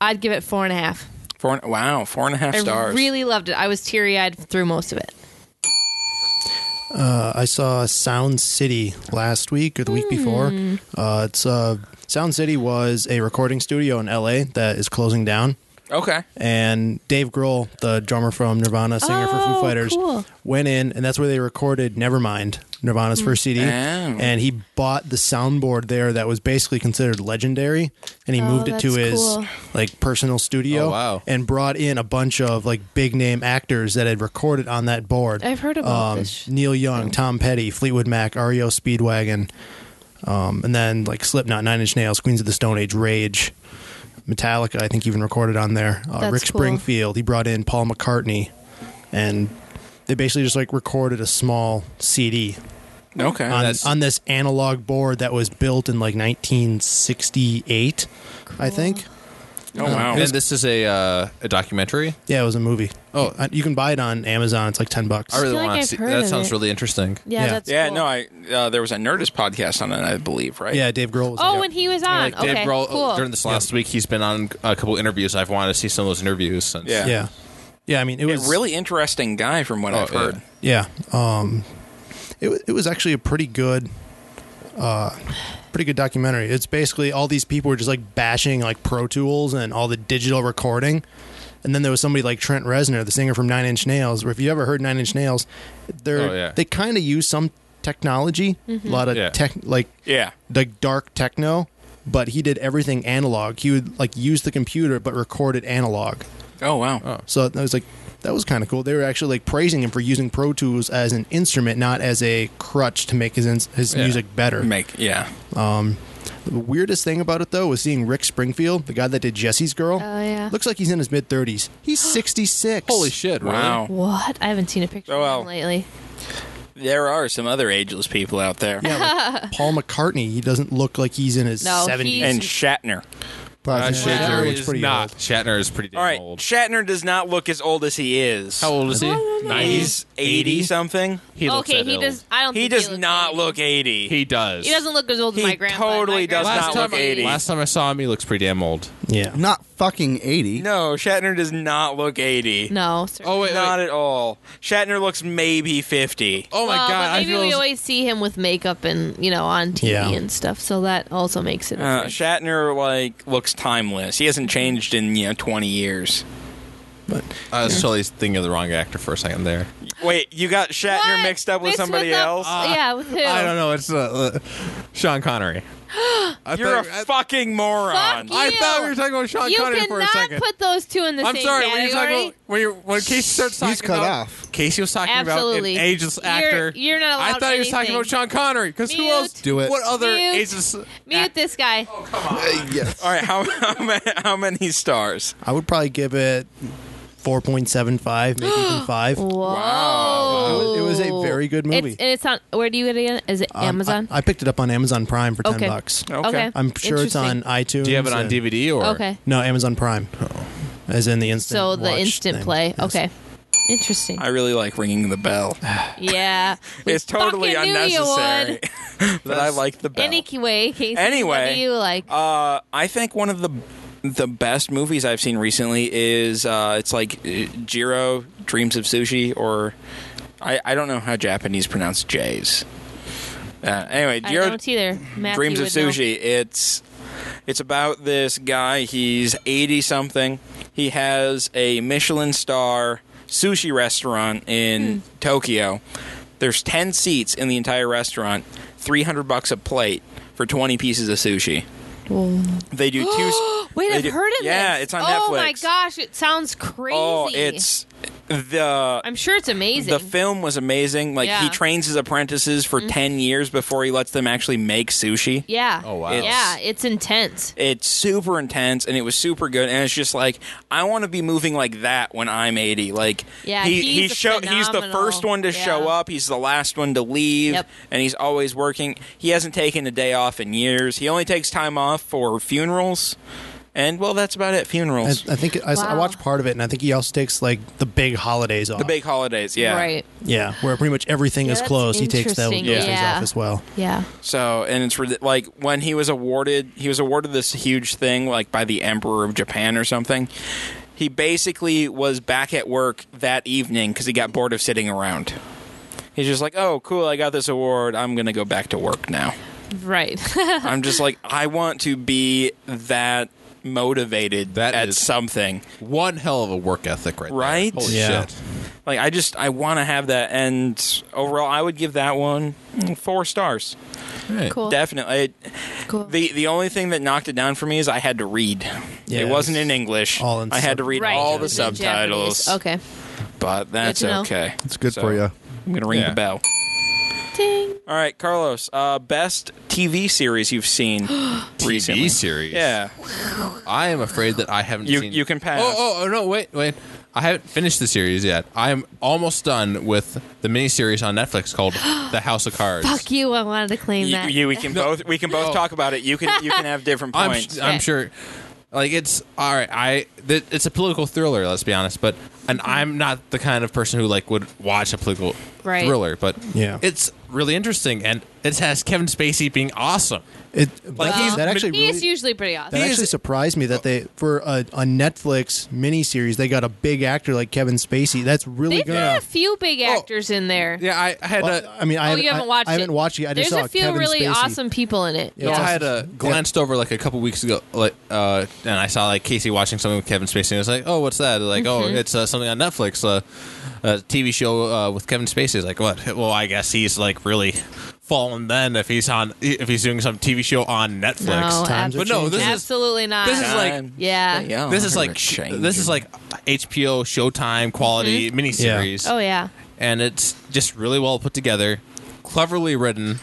I'd give it four and a half. Four. and- Wow, four and a half I stars. really loved it. I was teary eyed through most of it. Uh, I saw Sound City last week or the week before. Hmm. Uh, it's uh, Sound City was a recording studio in L.A. that is closing down. okay. and Dave Grohl, the drummer from Nirvana, singer for Foo Oh, Fighters, cool. Hmm. went in, and that's where they recorded Nevermind, Nirvana's first CD. And he bought the soundboard there that was basically considered legendary, and he Oh, moved it to that's his cool. like personal studio. Oh, wow. And brought in a bunch of like big name actors that had recorded on that board. I've heard about Um, this. Um, Neil Young, Tom Petty, Fleetwood Mac, REO Speedwagon, um, and then like Slipknot, Nine Inch Nails, Queens of the Stone Age, Rage, Metallica. I think even recorded on there. Uh, That's Rick cool. Springfield. He brought in Paul McCartney, and they basically just like recorded a small CD Okay. on, that's- on this analog board that was built in like 1968, I think. oh wow. And this is a uh, a documentary. Yeah, it was a movie. Oh. Uh, you can buy it on Amazon. It's like ten bucks. I really feel like want to I've see. heard That of sounds it. really interesting. Yeah, Yeah. that's yeah. cool. No, I uh, there was a Nerdist podcast on it, I believe. Right. yeah, Dave Grohl. Was Oh, yeah. when he was on. Like okay, Dave Grohl uh, cool. during this last week, he's been on a couple interviews. I've wanted to see some of those interviews since. Yeah. yeah, yeah. I mean, it A was really interesting guy, from what Oh, I've yeah. heard. Yeah. Um, it, wa- it was actually a pretty good, uh, pretty good documentary. It's basically all these people were just like bashing like Pro Tools and all the digital recording, And then there was somebody like Trent Reznor, the singer from Nine Inch Nails. Where if you ever heard Nine Inch Nails, they're Oh, yeah. they kind of use some technology, a lot of Yeah. tech like Yeah. like dark techno. But he did everything analog. He would like use the computer, but record it analog. Oh wow. So that was like that was kind of cool. They were actually like praising him for using Pro Tools as an instrument, not as a crutch to make his ins- his Yeah. music better. Make yeah. The weirdest thing about it though was seeing Rick Springfield, the guy that did Jesse's Girl. Oh, yeah. looks like he's in his mid thirties. He's sixty six. Holy shit! Really? Wow. What? I haven't seen a picture Oh, of wow. him lately. There are some other ageless people out there. Yeah. Paul McCartney. He doesn't look like he's in his No, seventies. he's- And Shatner. Uh, Shatner Shatner looks is pretty not. old. Shatner is pretty damn All right. old. Shatner does not look as old as he is. How old is he? He's Nineties, 80 something. He looks okay, that he old. does. I don't. He think does looks not 80. look 80. He does. He doesn't look as old as He my grandpa. totally My does grandpa not Last was time, look 80. last time I saw him, he looks pretty damn old. Yeah. Not fucking 80. no, Shatner does not look 80. No. Sir. Oh wait, not wait. at all. Shatner looks maybe 50. oh my well, god! But I maybe feel we as- always see him with makeup and you know on TV Yeah. and stuff, so that also makes it. Uh, different. Shatner like looks timeless. He hasn't changed in you know 20 years. I was totally thinking of the wrong actor for a second there. Wait, you got Shatner What? mixed up with Mixed somebody the- Oh, Uh, else? yeah, with who? I don't know. It's uh, uh, Sean Connery. I You're a thought- I- fucking moron. uh, Fuck I thought we were you. talking about Sean you Connery for a cannot second. put those two in the I'm same sorry. When you category. talk about when you when Casey starts talking He's cut about off. Casey was talking Absolutely. about an ageless You're- actor. you're not I allowed thought he was talking anything. about Sean Connery because who Mute. else? Do it. What other Mute. ageless? Mute this guy. Yes. All right, how, how, many, how many stars? I would probably give it four point seven five, maybe even five. Um, Whoa! Oh. It was- it was Oh. a very good movie. It's, and it's on. Where do you get it again? Is it Um, Amazon? I, I picked it up on Amazon Prime for ten Okay. bucks. Okay. I'm sure it's on Interesting. iTunes. Oh. Do you have it on and- DVD or Okay. No, Amazon Prime. As in the instant. So the watch instant thing. play. Yes. Okay. Interesting. I really like ringing the bell. yeah. We It's totally fucking knew you would. unnecessary, but I like the bell. Anyway, Casey, Anyway, what do you like? Uh, I think one of the the best movies I've seen recently is uh, it's like uh, Jiro Dreams of Sushi, or I, I don't know how Japanese pronounce J's. Uh, anyway, I Jiro don't either. Matthew Dreams of would know. Sushi. It's it's about this guy. He's eighty something. He has a Michelin star sushi restaurant in Hmm. Tokyo. There's ten seats in the entire restaurant. Three hundred bucks a plate for twenty pieces of sushi. They do two. s- Wait, they I've do- heard of Yeah, this. it's on Netflix. Oh my gosh, it sounds crazy. Oh, it's the I'm sure it's amazing. the film was amazing. Like he Yeah. Mm-hmm. trains his apprentices for ten years before he lets them actually make sushi. yeah. Oh, wow. Yeah, it's intense. It's super intense and it was super good. And it's just like I want to be moving like that when I'm 80. Like Yeah, he, he's he show he's the phenomenal. first one to show Yeah. up. He's the last one to leave, Yep. and he's always working. He hasn't taken a day off in years. He only takes time off for funerals, and well, that's about it. I, Funerals, I think I, s- I Wow. watched part of it, and I think he also takes like the big holidays off. the big holidays, yeah. Right. yeah, where pretty much everything Yeah, is that's closed. He takes that, those interesting. days Yeah. off as well. Yeah. So, and it's rid- like when he was awarded, he was awarded this huge thing, like by the Emperor of Japan or something. He basically was back at work that evening because he got bored of sitting around. He's just like, oh, cool, I got this award. I'm going to go back to work now. Right. I'm just like, I want to be that motivated That at is- something. one hell of a work ethic right there. Right? Holy Yeah. shit. Like, I just, I want to have that. And overall, I would give that one mm, four stars. cool. Definitely. It- cool. The the only thing that knocked it down for me is I had to read. Yeah, it wasn't it's in English. all in I had to read right. all it the was in Japanese. subtitles. Okay. But that's Good to know. okay. It's good So, for you. I'm going to ring Yeah. the bell. Ding. All right, Carlos, uh, best TV series you've seen recently. TV series. Yeah. I am afraid that I haven't. You- seen... you can pass. Oh, oh, oh, no! Wait, wait! I haven't finished the series yet. I am almost done with the miniseries on Netflix called "The House of Cards." Fuck you. I wanted to claim You, that. you- we can both we can both No. talk about it. You can you can have different I'm, points. I'm sure. Like it's all right. I th- it's a political thriller. Let's be honest, but and I'm not the kind of person who like would watch a political Right. thriller. But Yeah. it's really interesting, and it has Kevin Spacey being awesome. It Like, that- he's- that actually he is really- usually pretty That awesome. He is- actually surprised me that they for a, a Netflix miniseries they got a big actor like Kevin Spacey. That's really They've good. got a few big Oh. actors in there. Yeah, I, I had Well, a, I mean, uh, I oh, you haven't watched I, it. I haven't watched it. I just There's saw a few Kevin really Spacey. awesome people in it. Yeah. I Yeah. had a glanced over like a couple weeks ago, like uh, and I saw like Casey watching something with Kevin Spacey, and I was like, "Oh, what's that?" Like, "Oh, Mm-hmm. it's uh, something on Netflix, uh, a TV show uh, with Kevin Spacey." I was like, "What?" Well, I guess he's like really fallen then if he's on if he's doing some TV show on Netflix. No, Times are absolutely, But no, this is- absolutely not. this is like- Time. Yeah. There you go. this is They're like sh- changing. this is like HBO Showtime quality miniseries. oh yeah. and it's just really well put together, cleverly written.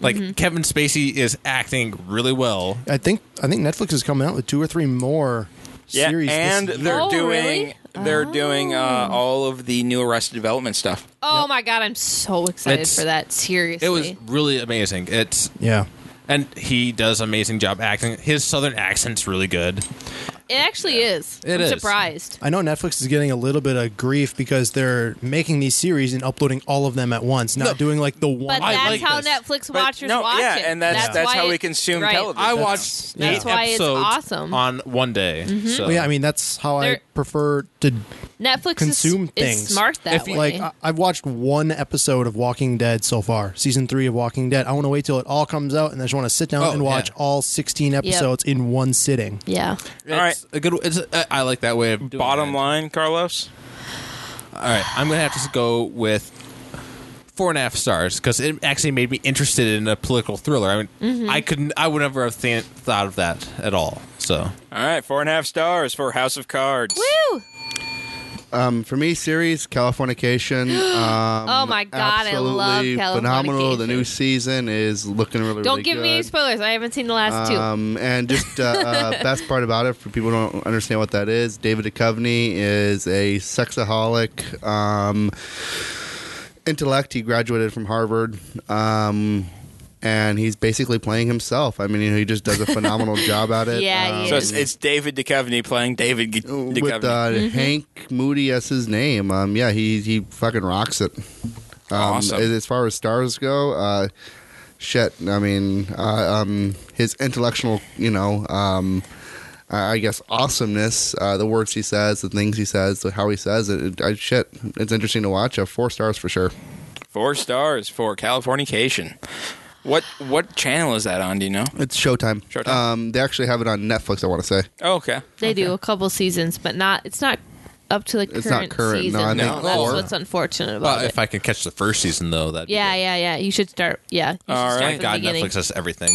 Like Mm-hmm. Kevin Spacey is acting really well. I think I think Netflix is coming out with two or three more Yeah, series. this and year. they're Oh, doing really? they're doing uh, all of the new Arrested Development stuff. Oh my god, I'm so excited It's- for that. Seriously, It was really amazing. It's yeah. and he does amazing job acting. His southern accent's really good. It actually is. It I'm is. surprised. I know Netflix is getting a little bit of grief because they're making these series and uploading all of them at once, not doing like the one. But that's like how this. Netflix But watchers no, watch yeah, it. and that's- that's why how we it- consume right. television. I That's- watched that's eight why it's episodes awesome. Mm-hmm. on one day. So Well, yeah, I mean that's how I They're- prefer to Netflix consume is, things. is smart that If you- way. Like uh, I- I've watched one episode of Walking Dead so far, season three of Walking Dead. I want to wait till it all comes out, and I just want to sit down Oh, and watch yeah. all sixteen episodes in one sitting. yeah. it's Alright. a good. It's a, I like that way of doing Bottom it. line, Carlos, All right, I'm gonna have to go with four and a half stars because it actually made me interested in a political thriller. I mean, Mm-hmm. I couldn't. I would never have th- thought of that at all. So All right, four and a half stars for House of Cards. Woo! Um, for me, series Californication. Um, Oh my God, I love absolutely phenomenal. The new Californication. season is looking really. Don't really give good. me any spoilers. I haven't seen the last two. Um, and just uh, uh, best part about it for people who don't understand what that is. David Duchovny is a sexaholic um, intellect. He graduated from Harvard. Um, and he's basically playing himself. I mean, you know, he just does a phenomenal job at it. Yeah, he um, is. So it's, it's David Duchovny playing David G- with Duchovny. uh, Hank Moody as his name. Um, yeah, he he fucking rocks it. Um, Awesome. As, as far as stars go, uh, shit. I mean, uh, um, his intellectual, you know, um, I I guess awesomeness. Uh, the words he says, the things he says, the, how he says it. it I, shit, it's interesting to watch. Uh, four stars for sure. Four stars for Californication. What what channel is that on? Do you know? It's Showtime. Showtime. Um, they actually have it on Netflix. I want to say Oh, okay. they do a couple seasons, but not. It's not up to the It's not current, current, season. no, I think that's four. what's unfortunate about well, it. if I could catch the first season though, that yeah, yeah, yeah. You should start. Yeah. You should All start right. from the God, beginning. Netflix has everything.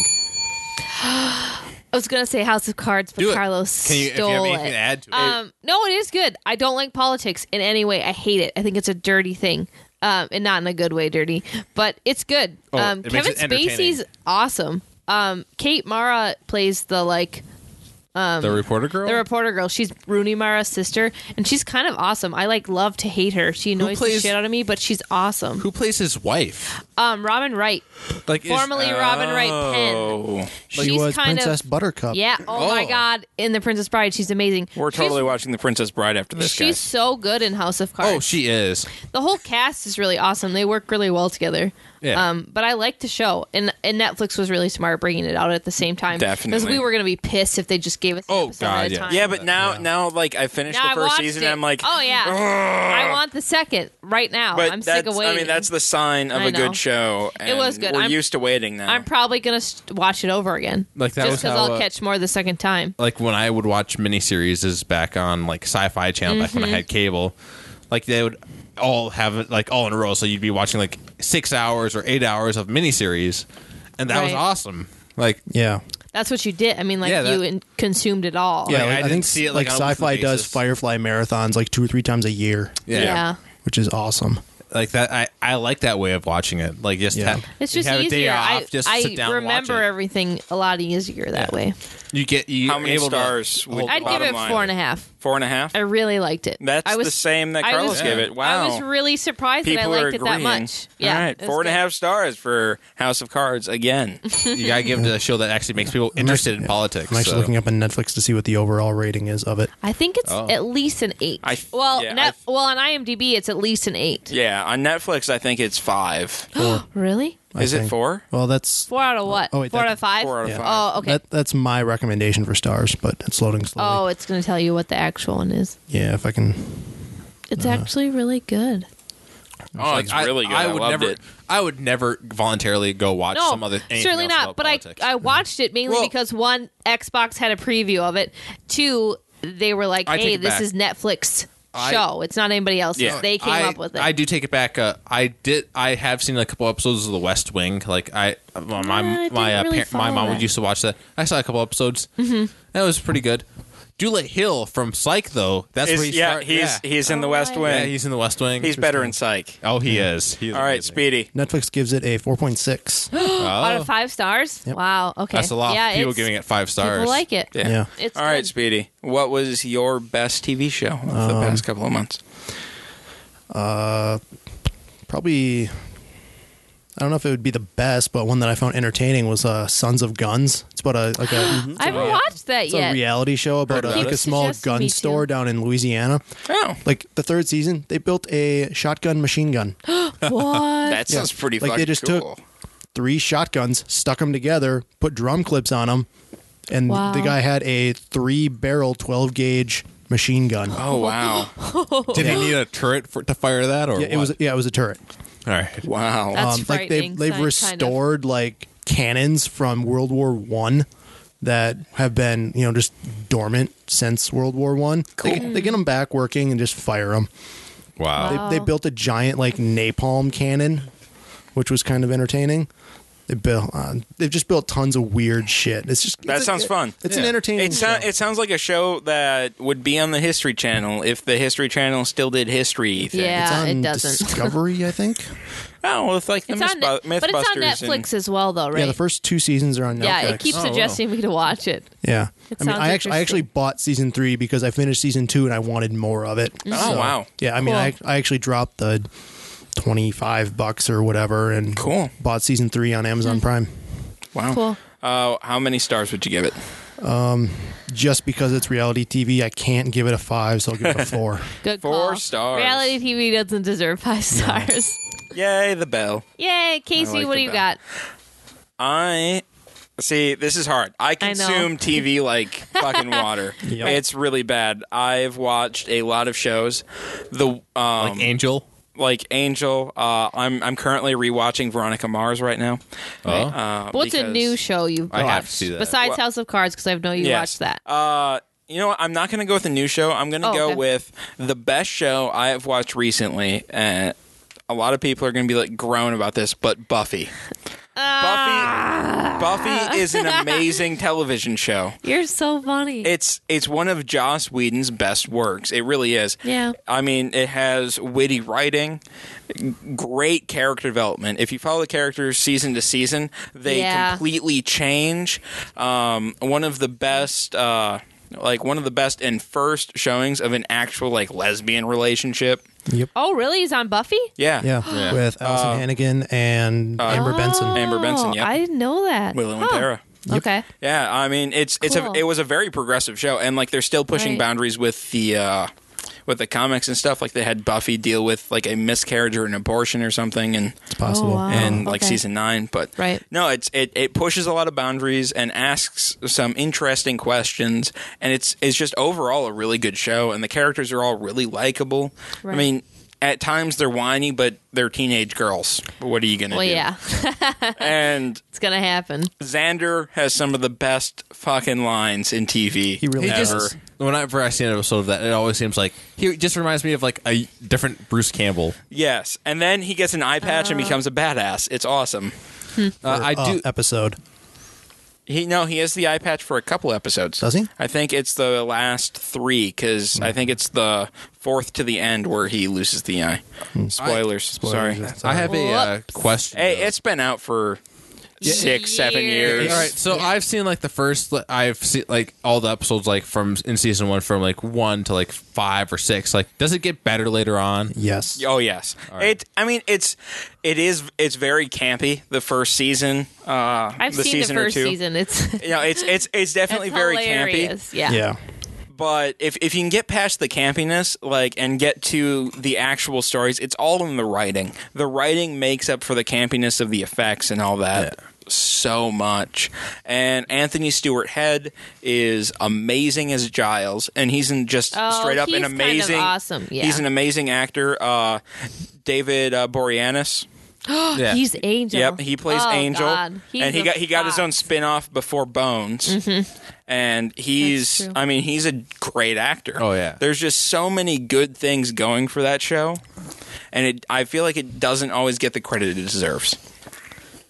I was gonna say House of Cards, but Do it. Carlos Can you, if you stole have it. anything to add to it? Um, no, it is good. I don't like politics in any way. I hate it. I think it's a dirty thing, um, and not in a good way, dirty. But it's good. Oh, um, it makes Kevin it entertaining. Spacey's awesome. Um, Kate Mara plays the like the reporter girl. Um, the reporter girl. She's Rooney Mara's sister, and she's kind of awesome. I like love to hate her. She annoys plays- the shit out of me, but she's awesome. who plays his wife? Um, Robin Wright, Like is- formerly Robin Wright Penn. Oh, She she's was kind Princess of Buttercup. yeah. Oh, my Oh. god! In the Princess Bride, she's amazing. we're She's totally watching The Princess Bride after this, She's guys. so good in House of Cards. Oh, she is. the whole cast is really awesome. They work really well together. Yeah. Um, but I like the show, and and Netflix was really smart bringing it out at the same time. because Definitely. we were gonna be pissed if they just gave us. an Oh, episode God, at a yeah. time. Yeah, but now now like I finished Now I the first watched season, it. and I'm like, oh yeah, I want the second right now. but I'm that's sick of I waiting. mean, that's the sign of I a know. good show. And was good. We're I'm- used to waiting now. I'm probably gonna st- watch it over again. Like, that was just because how, I'll uh, catch more the second time. like when I would watch miniseries is back on like Sci-Fi Channel back Mm-hmm. when I had cable, like they would all have it like all in a row. So you'd be watching like six hours or eight hours of miniseries, and that was Right. awesome. Like yeah, That's what you did. I mean, like Yeah, that- you in- consumed it all. Yeah, yeah. like, I Like, I, didn't think see it, like, like, on a weekly Sci-Fi does basis. Firefly marathons like two or three times a year, yeah, yeah. which is awesome. like that. I I like that way of watching it. Like just Yeah. have, It's you just have easier. a day off, I, just I sit down and watch remember it. everything a lot easier that way. You get you How many able to stars hold would- the I'd give Bottom it line. four and a half. Four and a half. I really liked it. That's I was, the same that I Carlos was- gave it. Wow. I was really surprised People that I are liked it agreeing. that much. Yeah, All right, it was four and a good. half stars for House of Cards again. You gotta give to the show that actually makes people interested in politics. I'm actually so. looking up on Netflix to see what the overall rating is of it. I think it's Oh. at least an eight. I f- well, yeah, net, I've- well, on IMDb, it's at least an eight. yeah, on Netflix, I think it's five. Really? I Is it think. four? Well, that's Four out of what? Oh, wait, four that- out of five. Four out of Yeah. five. Oh, okay. that, that's my recommendation for stars, but it's loading oh, slowly. it's going to tell you what the actual one is. Yeah, if I can. It's Uh-huh. actually really good. Oh, It's really good. I would loved never. it. I would never voluntarily go watch No, some other. anything certainly else not. about But politics. I I watched it mainly Well- because one Xbox had a preview of it. Two, they were like, I take "Hey, it this back. is Netflix I- show. It's not anybody else's." Yeah. They came I, up with it. I do take it back. Uh, I did. I have seen a couple episodes of The West Wing. Like I, uh, my my didn't my, uh, really par- my follow mom that. would used to watch that. I saw a couple episodes. Mm-hmm. That was pretty good. Dula Hill from Psych, though. That's Is- where he yeah, start- he's yeah. he's in the Oh, West right. Wing. Yeah, he's in The West Wing. he's better in Psych. Oh, he is. He is All right, amazing. Oh, Speedy. Netflix gives it a 4.6. yeah. Out of five stars. Wow. Okay. That's a lot. Yeah, of people it's- giving it five stars. People like it. It's All right, good. Speedy. What was your best TV show of the past couple of months? Probably. I don't know if it would be the best, but one that I found entertaining was uh, Sons of Guns. It's about a like a I haven't watched that it's a yet. reality show about, about a, like it. a small Suggested me gun to. store down in Louisiana. Oh, Like the third season, they built a shotgun machine gun. what? that sounds pretty Like, they fucking just took- cool. three shotguns, stuck them together, put drum clips on them, and Wow. the guy had a three barrel 12 gauge machine gun. oh wow, Did he need a turret for, to fire that, or yeah, it was what? yeah, it was a turret. All right. wow. That's Um, like they frightening, they've kind of. restored like cannons from World War 1 that have been, you know, just dormant since World War 1. They, they get them back working and just fire them. Wow. Oh. They, they built a giant like napalm cannon, which was kind of entertaining. They built. Uh, they've just built tons of weird shit. It's just That it's a- sounds fun. It's an Yeah. entertaining. It, so- show. it sounds like a show that would be on the History Channel if the History Channel still did history things. Yeah. It's on it doesn't. Discovery, I think. Oh, with like the It's on, Mythbu- Mythbusters. but it's on and- Netflix as well, though, right? Yeah, the first two seasons are on Netflix. Yeah, it keeps Oh, wow. suggesting me to watch it. Yeah, It I mean, sounds I actually I actually interesting. bought season three because I finished season two and I wanted more of it. Mm-hmm. Oh, wow. Yeah, I mean, I, I actually dropped the twenty five bucks or whatever and Cool. bought season three on Hmm. Amazon Prime Wow. Cool. Uh, how many stars would you give it? just because it's reality TV. I can't give it a five, so I'll give it a four. Good Four call. stars. Reality TV doesn't deserve five stars. Yay, the bell. Yay, Casey, like what the do you bell. got? I see. This is hard. I I know. consume TV like fucking water. It's really bad. I've watched a lot of shows. The um, like like, Angel. Angel. Uh, I'm I'm currently rewatching Veronica Mars right now. Oh. Uh, What's a because- new show you've I watched? have to see that. Besides Well- House of Cards, because I know you watched that. Uh, you know what? I'm not going to go with a new show. I'm going to Oh, go okay. with the best show I have watched recently. And a lot of people are going to be like groan about this, but Buffy. Ah. Buffy, Buffy is an amazing television show. You're so funny. It's it's one of Joss Whedon's best works. It really is. Yeah. I mean, it has witty writing, g- great character development. If you follow the characters season to season, they Yeah. completely change. Um, one of the best. Uh, like one of the best and first showings of an actual like lesbian relationship. oh, really? He's on Buffy? Yeah. Yeah, with Allison Hannigan and Amber Benson. Amber Benson, Oh, yeah. I didn't know that. Willow and Huh. Tara. Okay. Yeah, I mean it's it's a Cool. it was a very progressive show, and like they're still pushing Right. boundaries with the uh, with the comics and stuff. Like they had Buffy deal with like a miscarriage or an abortion or something, and Possible. Oh, wow. and like okay. season nine. But Right. no, it's it, it pushes a lot of boundaries and asks some interesting questions, and it's it's just overall a really good show, and the characters are all really likable. I Right. mean. At times they're whiny, but they're teenage girls. What are you gonna Well, do? yeah, And it's going to happen. Xander has some of the best fucking lines in TV. He really ever. does. Whenever I see an episode of that, it always seems like he just reminds me of like a different Bruce Campbell. Yes, and then he gets an eye patch Oh. and becomes a badass. It's awesome. Uh, I Uh, do. episode. He no, he has the eye patch for a couple episodes. Does he? I think it's the last three because I think it's the fourth to the end where he loses the eye. Spoilers. Sorry. Hmm. Spoilers. I have a uh, Whoops. question. Hey, though. it's been out for six, seven Years. years. All right, so I've seen like the first. li- I've seen like all the episodes like from in season one from like one to like five or six. Like, does it get better later on? Yes. Oh yes, it. I mean, it's it is it's very campy. The first season, uh, I've the seen the season first or two. season. It's You know, it's it's it's definitely it's very campy. hilarious. Yeah. Yeah. But if if you can get past the campiness, like, and get to the actual stories, it's all in the writing. The writing makes up for the campiness of the effects and all that. So much, and Anthony Stewart Head is amazing as Giles, and he's in just Oh, straight up he's an kind of amazing, awesome, yeah. He's an amazing actor. Uh, David uh, Boreanaz, Yeah. Oh, He's Angel. Yep, he plays Oh, Angel, God. He's and he a got he got his fox. own spin off before Bones, and That's he's true. I mean he's a great actor. Oh, yeah. there's just so many good things going for that show, and it I feel like it doesn't always get the credit it deserves.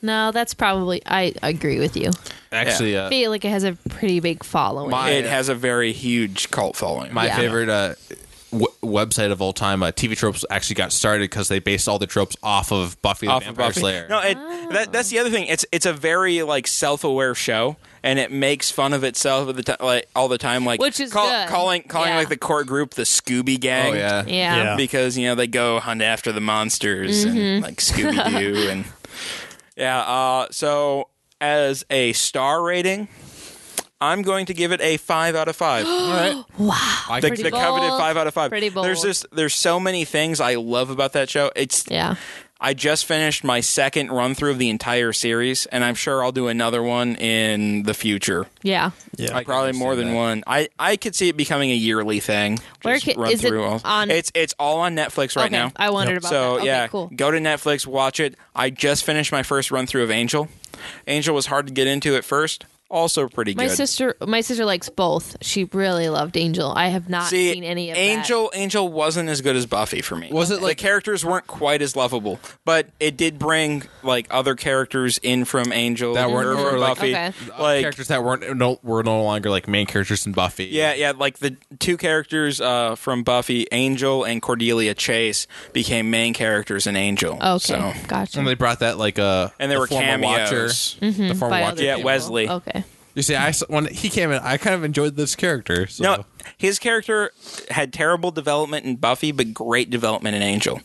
No, that's probably. I agree with you. Actually, I uh, feel like it has a pretty big following. My- uh, it has a very huge cult following. my Yeah. favorite uh, w- website of all time, uh, TV Tropes, actually got started because they based all the tropes off of Buffy the off of Vampire Buffy. Slayer. No, it, Oh. that, that's the other thing. It's it's a very like self-aware show, and it makes fun of itself at the ti- like all the time. Like Which is good. calling calling Yeah. like the core group the Scooby Gang. oh yeah. yeah, Mm-hmm. Yeah. because you know they go hunt after the monsters and like Scooby Doo and yeah. Uh, so as a star rating, I'm going to give it a five out of five. I, the, Pretty the coveted bold. five out of five. Pretty bold. There's just there's so many things I love about that show. It's Yeah. I just finished my second run through of the entire series, and I'm sure I'll do another one in the future. Yeah. Yeah. I- can Probably more than understand that. one. I, I could see it becoming a yearly thing. Where Just ca- run is it through all. on- It's it's all on Netflix right okay. now. I wondered about so that. Okay, yeah, Cool. go to Netflix, watch it. I just finished my first run through of Angel. Angel was hard to get into at first. Also pretty My good. sister, my sister likes both. She really loved Angel. I have not See, seen any of that. Angel Angel wasn't as good as Buffy for me. Was it like- the characters weren't quite as lovable, but it did bring like other characters in from Angel That weren't- or from or, like, uh, Buffy. Okay. Uh, Like characters that weren't no were no longer like main characters in Buffy. Yeah, yeah. Like the two characters uh, from Buffy, Angel and Cordelia Chase, became main characters in Angel. Okay, So, gotcha. And they brought that like uh, And there the were former cameos. Watcher, the former Mm-hmm. By Watcher. other Yeah, people. Wesley. Okay. You see, I s- when he came in, I kind of enjoyed this character. So. no, his character had terrible development in Buffy, but great development in Angel.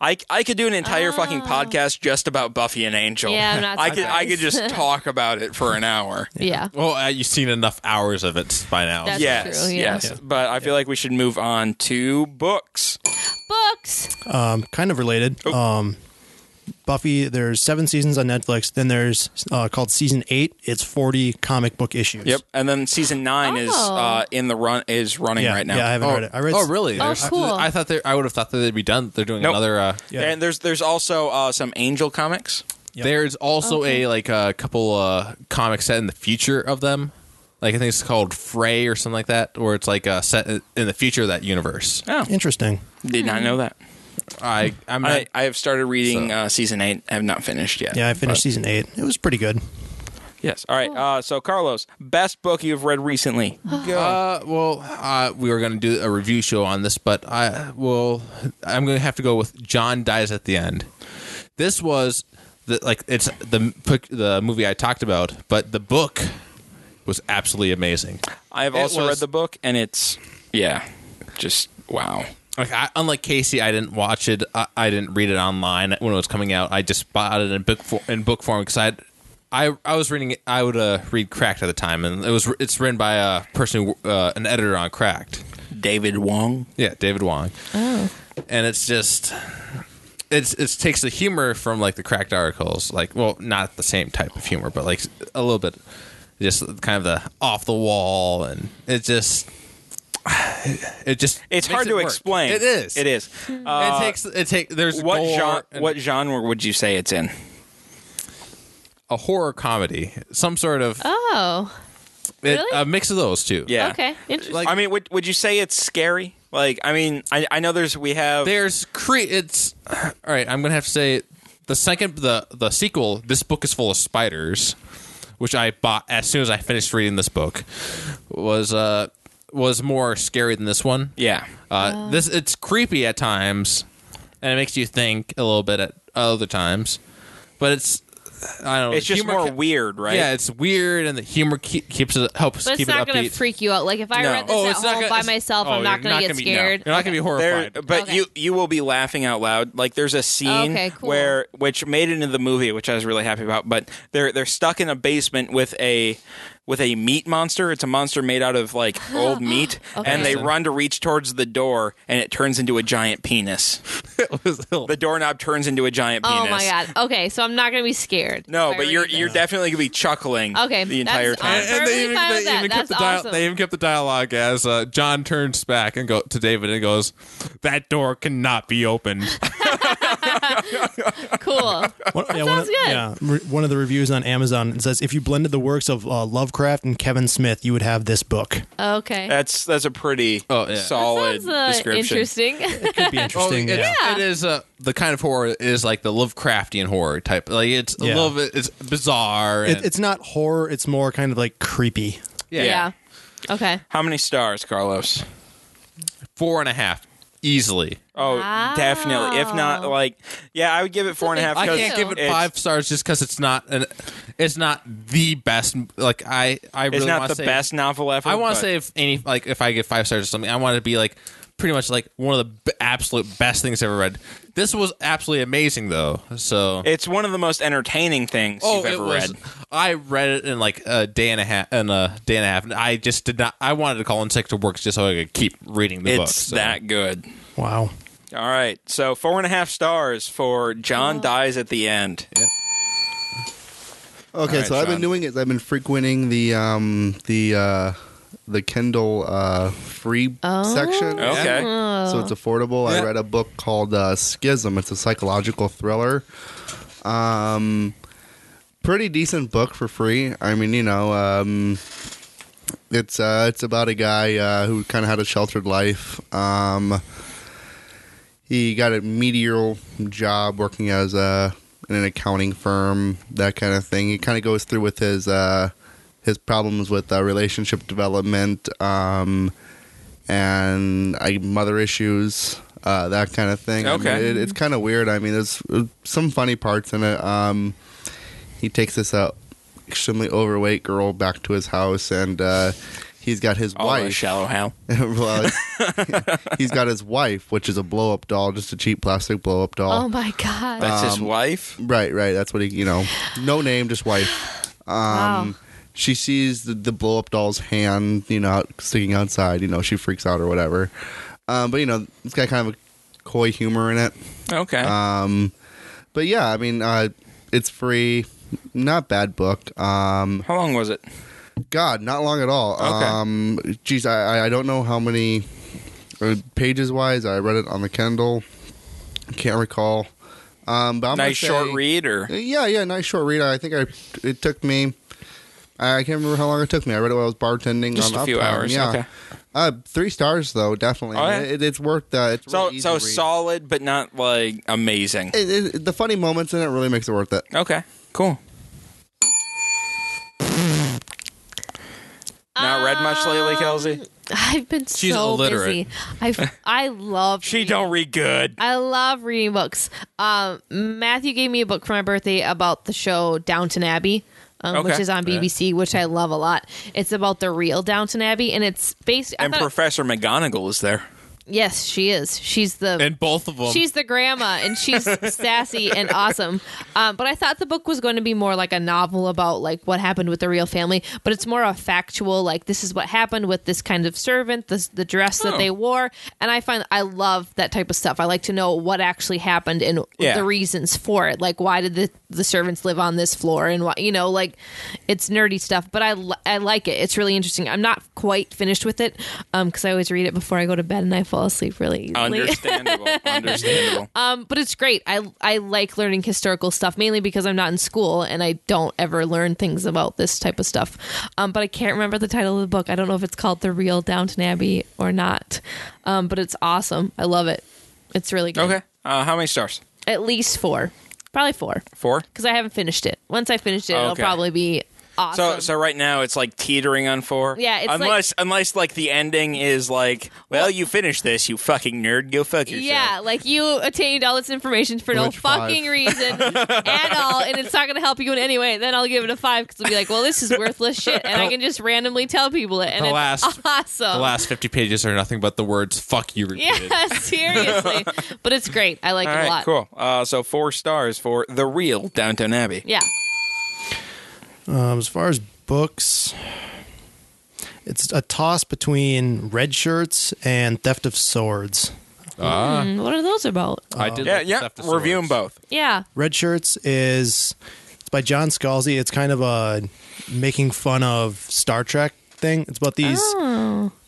I, I could do an entire fucking podcast just about Buffy and Angel. Ah. Yeah, I'm not I could I surprised. could just talk about it for an hour. Yeah. Well, uh, you've seen enough hours of it by now. That's- yes, true, yeah. yes. But I feel like we should move on to books. Books. Um, kind of related. Um, Buffy. There's seven seasons on Netflix. Then there's uh, called season eight. It's 40 comic book issues. Yep. And then season nine is Oh. uh, in the run is running Yeah, right now. yeah, I haven't read it. I read. oh, really? Oh, There's- cool. I thought they. I would have thought that they'd be done. They're doing Nope. another. Uh, Yeah. And there's there's also uh, some Angel comics. There's also a like a couple uh, comics set in the future of them. Like I think it's called Frey or something like that, where it's like uh, set in the future of that universe. Interesting. Did not know that. I I'm not, I, I have started reading uh, season eight. I have not finished yet. Yeah, I finished season eight. It was pretty good. Yes. All right. Uh, so Carlos, best book you've read recently? Uh, well, uh, we were going to do a review show on this, but I well, I'm going to have to go with John dies at the end. This was the like it's the pic- the movie I talked about, but the book was absolutely amazing. I have It also was- read the book, and it's yeah, just wow. Like I, unlike Casey, I didn't watch it. I, I didn't read it online when it was coming out. I just bought it in book for, in book form because I. I, I was reading it- I would uh, read Cracked at the time and it was it's written by a person who, uh, an editor on Cracked David Wong. Yeah, David Wong. Oh. And it's just it's it takes the humor from like the cracked articles, like well, not the same type of humor, but like a little bit just kind of the off the wall and it just it just It's makes hard it to work. explain. It is. It is. Uh, it takes it take there's What gore genre? and What genre would you say it's in? a horror comedy. Some sort of Oh. it- really? a mix of those two. Yeah. Okay. Interesting. Like- I mean, would would you say it's scary? Like, I mean, I, I know there's we have There's cre it's all right, I'm gonna have to say the second the the sequel, this book is full of spiders, which I bought as soon as I finished reading this book, was uh was more scary than this one. yeah. Uh, this it's creepy at times and it makes you think a little bit at other times. But it's I don't know. It's just humor more ca- weird, right? Yeah, it's weird, and the humor keep, keeps it helps But keep it's not it going upbeat. to freak you out. Like if I No. read this oh, at it's not home gonna, by it's- myself, oh, I'm not you're going to get gonna be- no, scared. you're not going to be There, horrified. but Okay. you you will be laughing out loud. Like there's a scene Okay, cool. where which made it into the movie, which I was really happy about. But they're they're stuck in a basement with a with a meat monster. It's a monster made out of like old meat, Okay. and they run to reach towards the door, and it turns into a giant penis. It was- The doorknob turns into a giant penis. Oh my god. Okay, so I'm not going to be scared. No, if I but read you're this. you're definitely gonna be chuckling Okay, the entire that's- time. I'm and perfectly they even, fine they with that. even That's kept the dial- awesome. they even kept the dialogue as uh, John turns back and go to David and goes, "That door cannot be opened." cool. One, yeah, sounds one of, good. Yeah, re- one of the reviews on Amazon it says if you blended the works of uh, Lovecraft and Kevin Smith, you would have this book. Okay. That's that's a pretty Oh, yeah. solid sounds uh, description. interesting. Could be interesting. it, yeah. Oh, it is uh, the kind of horror is like the Lovecraftian horror type. Like it's a Yeah. little bit it's bizarre. And, It- it's not horror; it's more kind of like creepy. yeah, yeah. Okay. How many stars, Carlos? four and a half easily. Oh, definitely. If not, Wow. like, yeah, I would give it four and a big half. I Because can't give it it's- five stars just because it's not an it's not the best. Like I I really It's not wanna the say- best novel ever. I want but to say if any like if I get five stars or something, I want it to be like pretty much like one of the b- absolute best things I've ever read. This was absolutely amazing though. So it's one of the most entertaining things Oh, you've ever Oh, was. read. I read it in like a day and a half in a day and a half. And I just did not. I wanted to call in sick to work just so I could keep reading the It's book. so. that good. Wow. All right, so four and a half stars for Oh. John dies at the end. Okay, Alright, so what I've Sean. been doing is I've been frequenting the um the uh the Kindle uh free section. Okay, So it's affordable. Yeah. I read a book called uh, Schism. It's a psychological thriller. Um, pretty decent book for free. I mean, you know, um, it's uh, it's about a guy uh, who kind of had a sheltered life. Um, he got a meteoral job working as a in an accounting firm, that kind of thing. He kind of goes through with his uh, his problems with uh, relationship development. Um, and I mother issues, uh, that kind of thing. I mean, Okay. it, it's kind of weird. I mean, there's uh, some funny parts in it. Um, he takes this uh, extremely overweight girl back to his house, and uh, he's got his all in a wife. shallow hell. well, he's got his wife, which is a blow up doll, just a cheap plastic blow up doll. Oh my god. That's his Um, wife. Right, right. That's what he, you know, no name, just wife. Um, wow. um, She sees the, the blow up doll's hand, you know, out- sticking outside. You know, she freaks out or whatever. Um, but you know, it's got kind of a coy humor in it. Okay, uh, Um, but yeah, I mean, uh, it's free. Not bad book. Um, how long was it? God, not long at all. Okay. Um, geez, I, I- I don't know how many uh, pages wise. I read it on the Kindle. Can't recall. Um, but I'm gonna nice short say- Uh, read, or yeah, yeah, nice short read. I think I it took me. I can't remember how long it took me. I read it while I was bartending. Just on a few Uptown. hours, Yeah. okay. Uh, three stars though, definitely. Oh, I yeah? mean, it, it's worth that. It's so really easy so to read. solid, but not like amazing. It, it, the funny moments in it really makes it worth it. Okay, cool. Not read much lately, Kelsey. I've been She's so illiterate. busy. I I love She reading. don't read good. I love reading books. Um, Matthew gave me a book for my birthday about the show Downton Abbey, um, Okay. which is on BBC, which I love a lot. It's about the real Downton Abbey, and it's based. I And thought- Professor McGonagall is there. yes, she is. She's the And both of them. She's the grandma, and she's sassy and awesome. Um, but I thought the book was going to be more like a novel about like what happened with the real family, but it's more a factual like this is what happened with this kind of servant, this, the dress that they wore, and I find I love that type of stuff. I like to know what actually happened and Yeah. the reasons for it, like why did the the servants live on this floor and why you know like it's nerdy stuff. But I li- I like it. It's really interesting. I'm not quite finished with it because I always read it before I go to bed and I fall asleep really easily. Understandable. Understandable. Um, but it's great. I I like learning historical stuff mainly because I'm not in school and I don't ever learn things about this type of stuff. Um, but I can't remember the title of the book. I don't know if it's called The Real Downton Abbey or not. Um, but it's awesome. I love it. It's really good. Okay. Uh, how many stars? At least four, probably four, Four. because I haven't finished it. Once I finish it, it'll Okay. probably be awesome. So so right now it's like teetering on four. Yeah, it's like- unless unless like the ending is like, well, you finish this, you fucking nerd, go fuck yourself. yeah, like you attained all this information for no Which five? fucking reason at all, and it's not going to help you in any way. Then I'll give it a five because I'll be like, well, this is worthless shit, and I can just randomly tell people it, and The it's last- awesome. The last 50 pages are nothing but the words fuck you repeated. yeah, seriously, but it's great. I like All it a right, lot. cool. Uh, so four stars for the real Downton Abbey. Yeah, Um, as far as books, it's a toss between Red Shirts and Theft of Swords. Ah, Mm, what are those about? I did Yeah, like yeah. Theft of Review them Swords. both. Yeah, Red Shirts is it's by John Scalzi. It's kind of a making fun of Star Trek thing. It's about these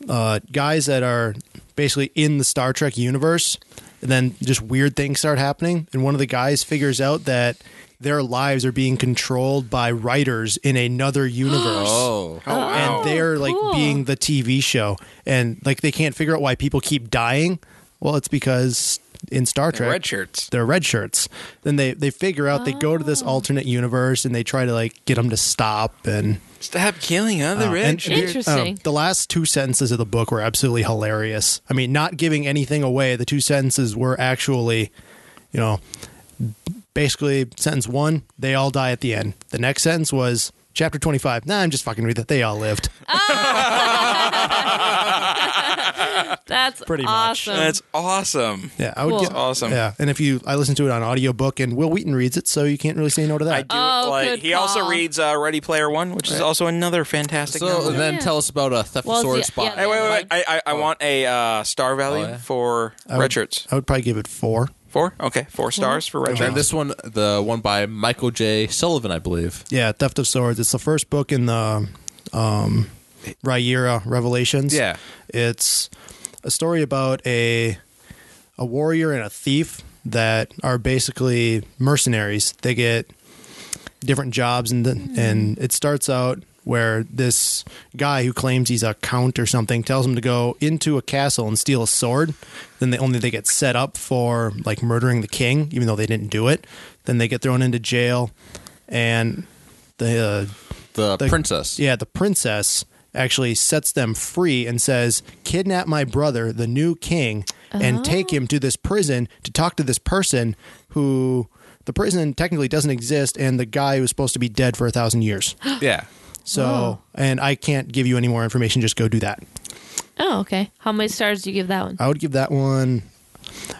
uh, guys that are basically in the Star Trek universe, and then just weird things start happening. And one of the guys figures out that their lives are being controlled by writers in another universe. Oh. Oh, wow. and they're like cool. being the TV show, and like they can't figure out why people keep dying. Well, it's because in Star Trek, red shirts. they're red shirts. Then they they figure out they go to this alternate universe and they try to like get them to stop and Stop killing other uh, red and- shirts. I don't know. Interesting. the last two sentences of the book were absolutely hilarious. I mean, not giving anything away, the two sentences were actually, you know, basically sentence one, they all die at the end. The next sentence was chapter twenty five. Nah, I'm just fucking read that. They all lived. that's Pretty much. awesome. That's awesome. Yeah, I would Cool. get Awesome. Yeah, and if you, I listen to it on audiobook, and Will Wheaton reads it, so you can't really say no to I that. do Oh, like. good he also call. reads uh, Ready Player One, which is also another fantastic. So novel. then Yeah. tell us about a Theft Well, of Swords yeah, spot. yeah, Hey, wait, wait, wait. I, I, I want a uh, star value Oh, yeah. for would- red shirts. I would probably give it four. Four? Okay, four stars for red And then shirts. this one, the one by Michael J. Sullivan, I believe. Yeah, Theft of Swords. It's the first book in the um, Rhaenyra Revelations. Yeah. it's a story about a a warrior and a thief that are basically mercenaries. They get different jobs, and the, and it starts out where this guy who claims he's a count or something tells him to go into a castle and steal a sword. Then they only they get set up for like murdering the king, even though they didn't do it. Then they get thrown into jail, and the uh, The, the- Princess. Yeah, the princess actually sets them free and says, "Kidnap my brother, the new king, and take him to this prison to talk to this person who the prison technically doesn't exist, and the guy who's supposed to be dead for a thousand years." Yeah. So, and I can't give you any more information. Just go do that. oh, okay. How many stars do you give that one? I would give that one.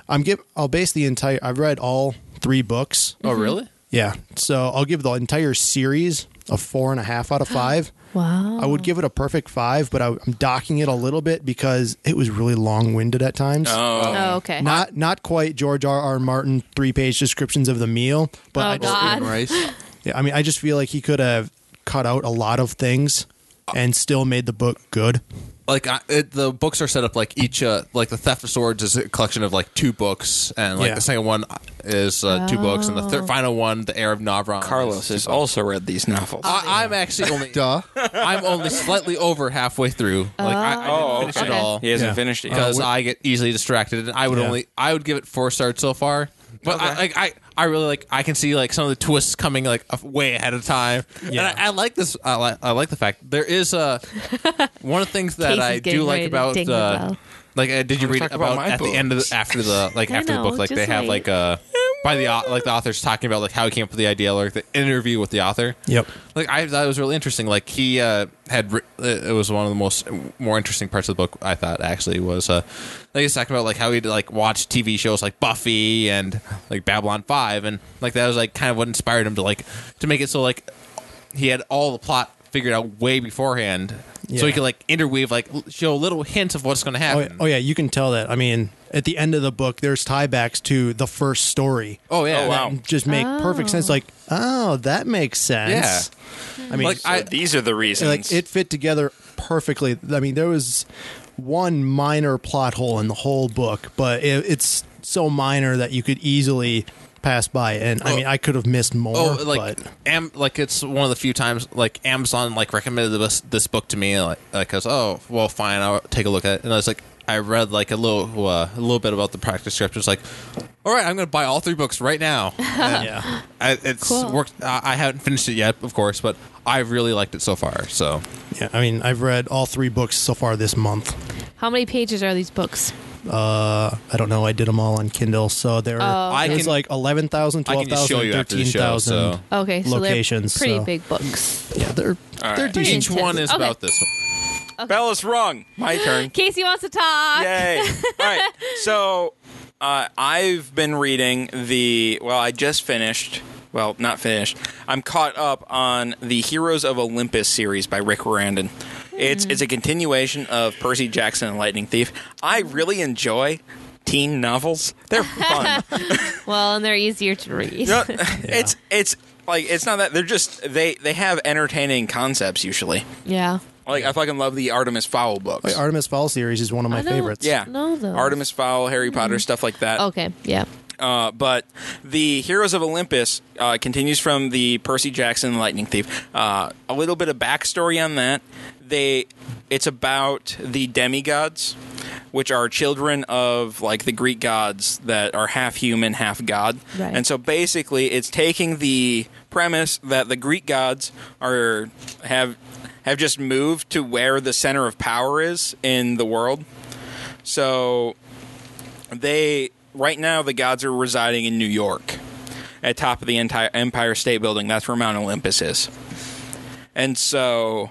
I'm give. I'll base the entire. I've read all three books. Oh, really? Yeah, so I'll give the entire series a four and a half out of five. Wow. I would give it a perfect five, but I, I'm docking it a little bit because it was really long winded at times. Oh, Oh, okay. Not not quite George R. R. Martin three page descriptions of the meal, but Oh, I, just, God. Uh, Steven Rice. yeah, I mean I just feel like he could have cut out a lot of things and still made the book good. Like I, it, the books are set up like each, uh, like the Theft of Swords is a collection of like two books, and like Yeah. the second one is uh, two books, and the thir- final one, The Heir of Navron. Carlos has also read these novels. I, I'm actually only Duh. I'm only slightly over halfway through. Like I, I didn't Oh, finish okay. it all he hasn't Yeah. finished it. yet. because I get easily distracted. And I would Yeah. only I would give it four stars so far. But I, Okay. like I, I really like I can see like some of the twists coming like a- way ahead of time. Yeah. And I, I like this. I like I like the fact there is a one of the things that Casey's I getting do like ready to about ding the uh, bell. like uh, did you read talk about, about my at the end of the, after the like I after know, the book like they just have wait. like uh by the au- like the author's talking about like how he came up with the idea or like the interview with the author Yep. like I thought it was really interesting. Like he uh, had ri- it was one of the most more interesting parts of the book. I thought actually was uh, like he's talking about like how he'd like watch TV shows like Buffy and like Babylon Five, and like that was like kind of what inspired him to like to make it so like he had all the plot figured out way beforehand, so Yeah. he could like interweave like l- show little hints of what's going to Oh yeah, happen. oh yeah, you can tell that. I mean, at the end of the book, there's tiebacks to the first story. Oh, yeah. Oh, wow. just make perfect sense. Like, oh, that makes sense. I mean, Like, I- So these are the reasons. like it fit together perfectly. I mean, there was one minor plot hole in the whole book, but it, it's so minor that you could easily pass by. it. And I mean, I could have missed more. Oh, like but Am, like it's one of the few times like Amazon like recommended this this book to me. Like, like I was, oh well, fine, I'll take a look at it. And I was like, I read like a little uh, a little bit about the practice script. It was like, all right, I'm going to buy all three books right now. And Yeah. I, it's Cool. worked. I, I haven't finished it yet, of course, but I really liked it so far. So Yeah, I mean, I've read all three books so far this month. How many pages are these books? Uh, I don't know. I did them all on Kindle, so there I there's can- like 11,000, I can just show 12,000, you after the show, 13,000. so- Okay, so Locations, they're pretty so- big books. Yeah, they're All they're right. decent. each one is Okay. about this one. Bella's wrong. My turn. Casey wants to talk. Yay. All right. So uh, I've been reading the, well, I just finished, well, not finished. I'm caught up on the Heroes of Olympus series by Rick Randon. It's, Hmm. it's a continuation of Percy Jackson and Lightning Thief. I really enjoy teen novels, they're fun. Well, and they're easier to read. No, It's, it's, like it's not that they're just they they have entertaining concepts usually. yeah. Like I fucking love the Artemis Fowl books. Wait, Artemis Fowl series is one of my I don't- favorites. yeah, know those. Mm-hmm. Artemis Fowl, Harry Potter stuff like that. Okay. Yeah. Uh, but the Heroes of Olympus uh, continues from the Percy Jackson and Lightning Thief. Uh, a little bit of backstory on that. They, it's about the demigods, which are children of like the Greek gods that are half human, half god. Right. And so basically, it's taking the premise that the Greek gods are have have just moved to where the center of power is in the world. So they right now the gods are residing in New York, at top of the entire Empire State Building. That's where Mount Olympus is, and so.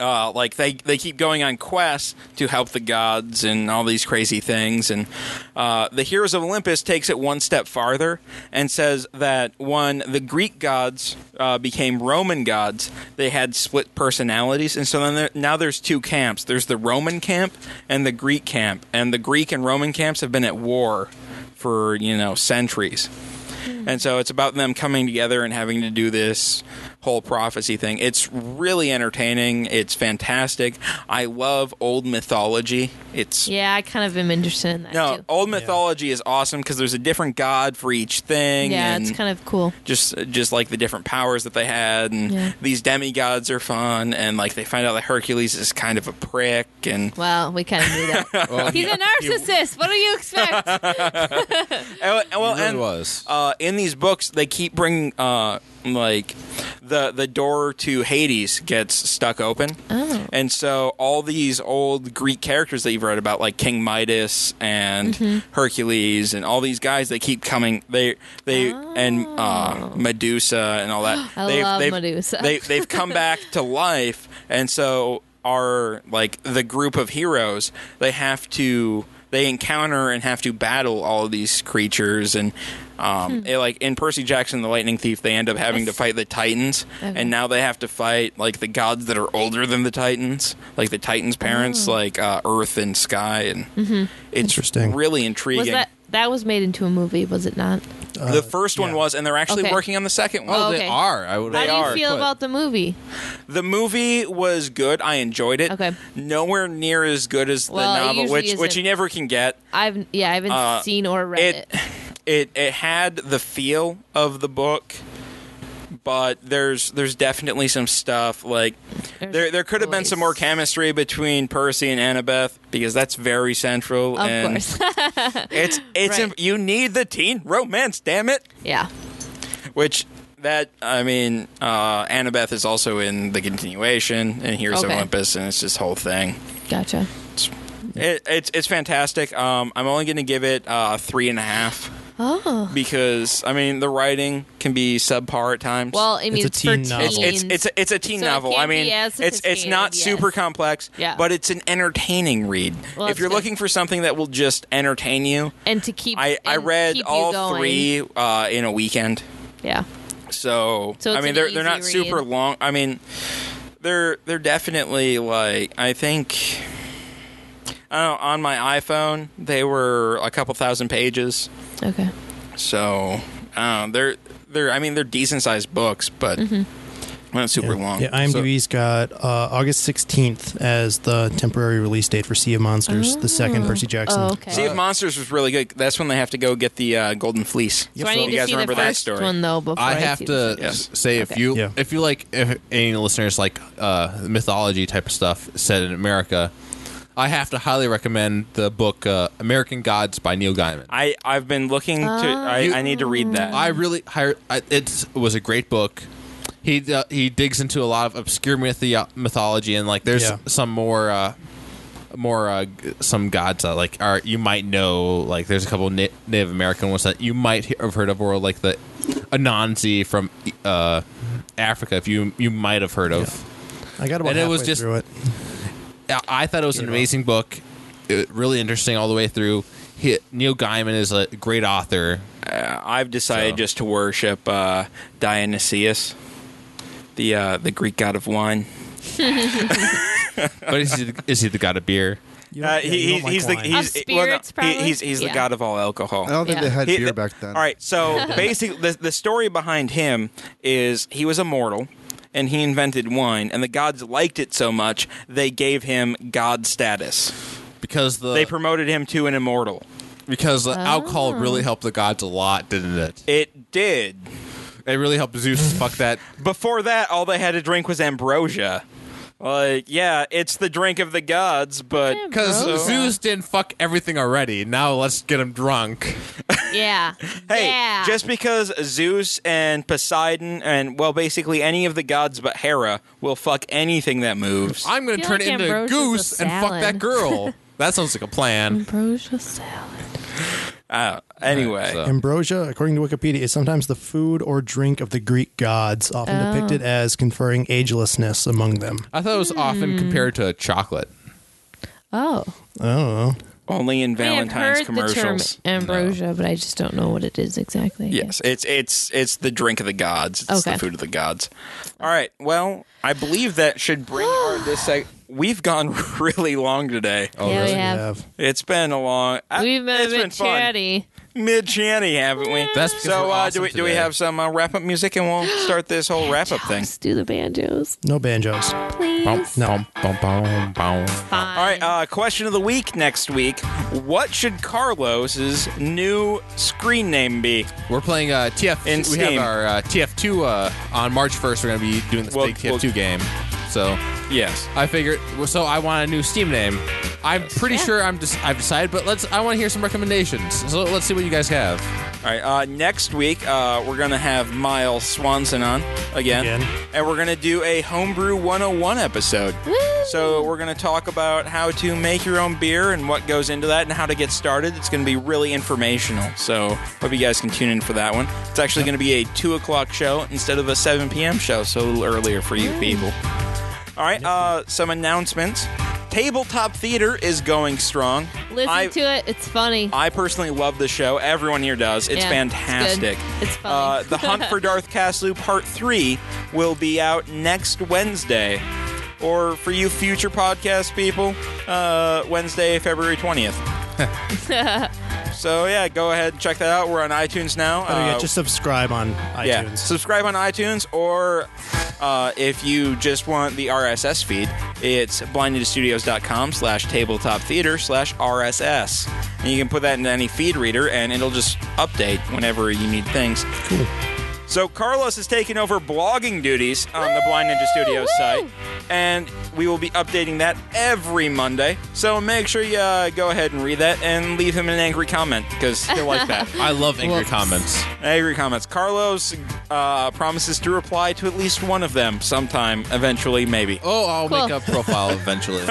Uh, like they, they keep going on quests to help the gods and all these crazy things and uh, the heroes of olympus takes it one step farther and says that when the greek gods uh, became roman gods they had split personalities and so then there, now there's two camps there's the roman camp and the greek camp and the greek and roman camps have been at war for you know centuries and so it's about them coming together and having to do this whole prophecy thing. It's really entertaining. It's fantastic. I love old mythology. It's Yeah. I kind of am interested in that no too. old mythology is awesome because there's a different god for each thing. yeah, and it's kind of cool. just just like the different powers that they had and Yeah. these demigods are fun and like they find out that Hercules is kind of a prick and Well, we kind of knew that. He's a narcissist. What do you expect? well, oh, well, It really and was. uh, in these books they keep bringing uh, like the the door to Hades gets stuck open, Oh. and so all these old Greek characters that you've read about, like King Midas and Mm-hmm. Hercules, and all these guys, they keep coming. They they and uh, Medusa and all that. Oh. I love Medusa. They they've come back to life, and so are like the group of heroes. They have to they encounter and have to battle all of these creatures, and Hmm. um, it, like in Percy Jackson the Lightning Thief, they end up having to fight the Titans, Okay. and now they have to fight like the gods that are older than the Titans, like the Titans' parents, Oh. like uh, Earth and Sky, and it's Interesting. really intriguing. Mm-hmm. was that that was made into a movie? Was it not? the first one Uh, yeah. was, and they're actually Okay. working on the second one. oh, Oh, they okay. are. I would. How do you are, feel but- about the movie? The movie was good. I enjoyed it. Okay. Nowhere near as good as Well, it the novel, usually which which isn't. you never can get. I've yeah, I haven't Uh, seen or read it. it, it it had the feel of the book, but there's there's definitely some stuff like There's there there could have been some voice. more chemistry between Percy and Annabeth because that's very central. Of and course. it's it's Right. you need the teen romance, damn it. yeah. Which that I mean, uh, Annabeth is also in the continuation and here's Okay. Olympus, and it's this whole thing. Gotcha. It, it's it's fantastic. Um, I'm only going to give it uh, three and a half Oh. because I mean the writing can be subpar at times. Well, I mean, a it's, for teen novel. teens. It's- it's it's a, it's a teen So it novel. can't I mean, be as it's it's not sophisticated, super yes. complex, Yeah. but it's an entertaining read. Well, if that's you're good. looking for something that will just entertain you, and to keep. I I and read keep you all going. three uh, in a weekend. Yeah. So, So I it's mean an they're they're not easy super read. long. I mean they're they're definitely like I think I don't know, on my iPhone they were a couple thousand pages. Okay. So uh, they're they're I mean they're decent sized books, but Mm-hmm. not super long. Yeah, IMDb's got uh, August 16th as the temporary release date for Sea of Monsters, the second Percy Jackson. Oh, okay. So, sea of Monsters was really good. That's when they have to go get the uh, Golden Fleece. so I need you to guys see the remember that first story? one though before I I, have see the to second. Yes. say if Okay. you Yeah. if you like if any listeners like uh, mythology type of stuff set in America, I have to highly recommend the book uh, American Gods by Neil Gaiman. I I've been looking to. I, I need to read that. I really hire. I, it's- it was a great book. He uh, he digs into a lot of obscure mythi- mythology and like there's Yeah. some more uh, more uh, g- some gods that like are you might know like there's a couple Na- Native American ones that you might he- have heard of or like the Anansi from uh, Africa if you you might have heard of. I got about And it halfway was just- through it. I I thought it was an Gave up. amazing book, it, really interesting all the way through. He, Neil Gaiman is a great author. Uh, I've decided So- just to worship uh, Dionysius, the uh, the Greek god of wine. But is he, the- is he the god of beer? You don't- Uh, yeah, he, you don't he's like he's the wine. Oh, he's, Of well, no, spirits, probably? he- he's he's the Yeah. god of all alcohol. I don't think Yeah. they had He- beer the- back then. All right, so basically, the, the story behind him is he was immortal and he invented wine, and the gods liked it so much they gave him god status. Because the They promoted him to an immortal. because uh, alcohol Oh. really helped the gods a lot, didn't it? It did. It really helped Zeus fuck that. Before that, all they had to drink was ambrosia. Like, yeah, it's the drink of the gods, but Because Oh. Zeus didn't fuck everything already. Now let's get him drunk. Yeah. hey, yeah. just because Zeus and Poseidon and well, basically any of the gods but Hera will fuck anything that moves. I'm going to Feel turn like it into a ambrosia's a goose and fuck that salad. girl. that sounds like a plan. ambrosia salad. Uh, anyway, So- Ambrosia, according to Wikipedia, is sometimes the food or drink of the Greek gods, often Oh. depicted as conferring agelessness among them. I thought it was often Hmm. compared to chocolate. Oh, I don't know. only in Valentine's I've heard commercials. the term ambrosia, but I just don't know what it is exactly. I Yes, guess. it's it's it's the drink of the gods. It's the Okay. food of the gods. All right. Well, I believe that should bring our this seg- we've gone really long today. Oh, yeah, really? we have. Have- It's been a long. I- We've been it's a been bit chatty. fun. Mid chanty, haven't we? That's because so. we're uh, awesome do we do we today. have some uh, wrap up music and we'll start this whole wrap up thing. Let's do the banjos, No banjos. please. Bum, bum, bum, bum, bum. Fine. All right. Uh, question of the week next week. What should Carlos's new screen name be? We're playing uh, TF. In we Steam. have our uh, TF2 uh, on March 1st. We're going to be doing this Well, big TF2 well- game. So Yes. I figured. well, So I want a new Steam name. I'm pretty Yeah. sure I'm just I've decided, but let's. I want to hear some recommendations. So let's see what you guys have. All right. Uh, next week, uh, we're going to have Miles Swanson on again. Again. And we're going to do a Homebrew 101 episode. Woo! So we're going to talk about how to make your own beer and what goes into that and how to get started. It's going to be really informational. So hope you guys can tune in for that one. It's actually going to be a 2 o'clock show instead of a 7 p.m. show, so a little earlier for you people. All right. Uh, some announcements. Tabletop Theater is going strong. Listen I- to it. It's funny. I personally love the show. Everyone here does. It's Yeah, it's good. fantastic. It's funny. Uh, the Hunt for Darth Castle Part 3 will be out next Wednesday. Or for you future podcast people, uh, Wednesday, February 20th. so, yeah, go ahead and check that out. We're on iTunes now. Oh, yeah, Uh, just subscribe on iTunes. yeah, subscribe on iTunes, or uh, if you just want the RSS feed, it's blindnewstudios.com slash tabletop theater slash RSS. And you can put that into any feed reader, and it'll just update whenever you need things. Cool. So Carlos is taking over blogging duties on the Blind Ninja Studios Woo! site, and we will be updating that every Monday. So make sure you uh, go ahead and read that and leave him an angry comment because he'll like that. I love angry Whoops. comments. I agree. Comments. Carlos uh, promises to reply to at least one of them sometime, eventually, maybe. Oh, I'll Cool. Mm-hmm. make a profile eventually.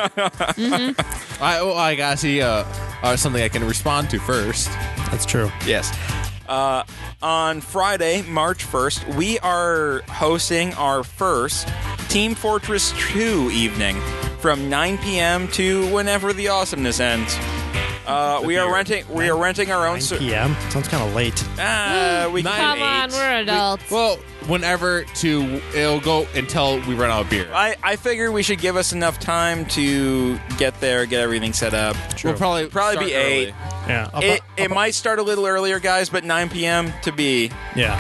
I oh I gotta see uh, uh, something I can respond to first. That's true. Yes. Uh, on Friday, March 1st, we are hosting our first Team Fortress 2 evening from 9 p.m. to whenever the awesomeness ends. Uh, we are renting. We are renting our own. 9 ser- p.m. Sounds kind of late. Ah, we can Come on, we're adults. Well, whenever to it'll go until we run out of beer. I, I figure we should give us enough time to get there, get everything set up. True. We'll probably Probably be start early. eight. yeah. I'll, It, it might start a little earlier, guys, but 9 p.m. to be. yeah.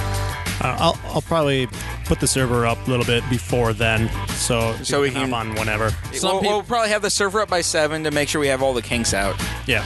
Uh, I'll I'll probably put the server up a little bit before then, so So we can- hop on whenever. Some we'll, peop- we'll probably have the server up by 7 to make sure we have all the kinks out. Yeah.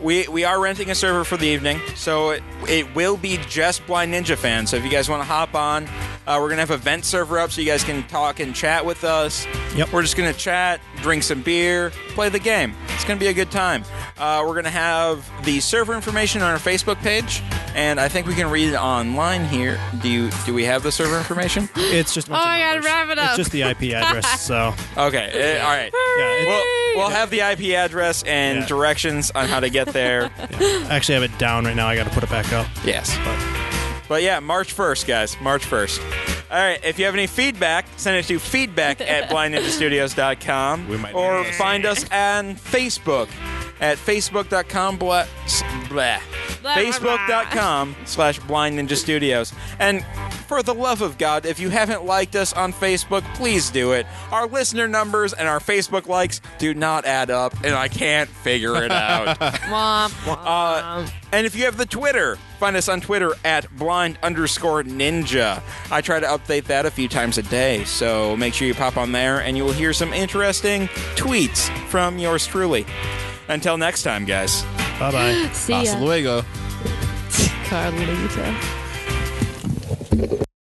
We, we are renting a server for the evening, so it, it will be just Blind Ninja fans. So if you guys want to hop on, Uh, we're going to have a vent server up so you guys can talk and chat with us. Yep. We're just going to chat, drink some beer, play the game. It's going to be a good time. Uh, we're going to have the server information on our Facebook page, and I think we can read it online here. Do you? Do we have the server information? It's just. a bunch Oh of my God, numbers. wrap it up. It's just the IP address. so Okay. eh, all right. yeah, it- We'll, we'll have the IP address and Yeah. directions on how to get there. I actually have it down right now. I got to put it back up. Yes. But yeah, March 1st, guys. March 1st. All right. If you have any feedback, send it to feedback at blindninjastudios.com. We might or need it. find us on Facebook at facebook.com blah, s- blah. Blah, blah, blah. facebook.com slash blind ninja studios and for the love of god if you haven't liked us on facebook please do it our listener numbers and our facebook likes do not add up and i can't figure it out Womp, womp. Uh, and if you have the Twitter, find us on Twitter at blind underscore ninja. I try to update that a few times a day, so make sure you pop on there and you will hear some interesting tweets from yours truly. Until next time, guys. Bye uh, bye. See Hasta ya, luego. Carlita.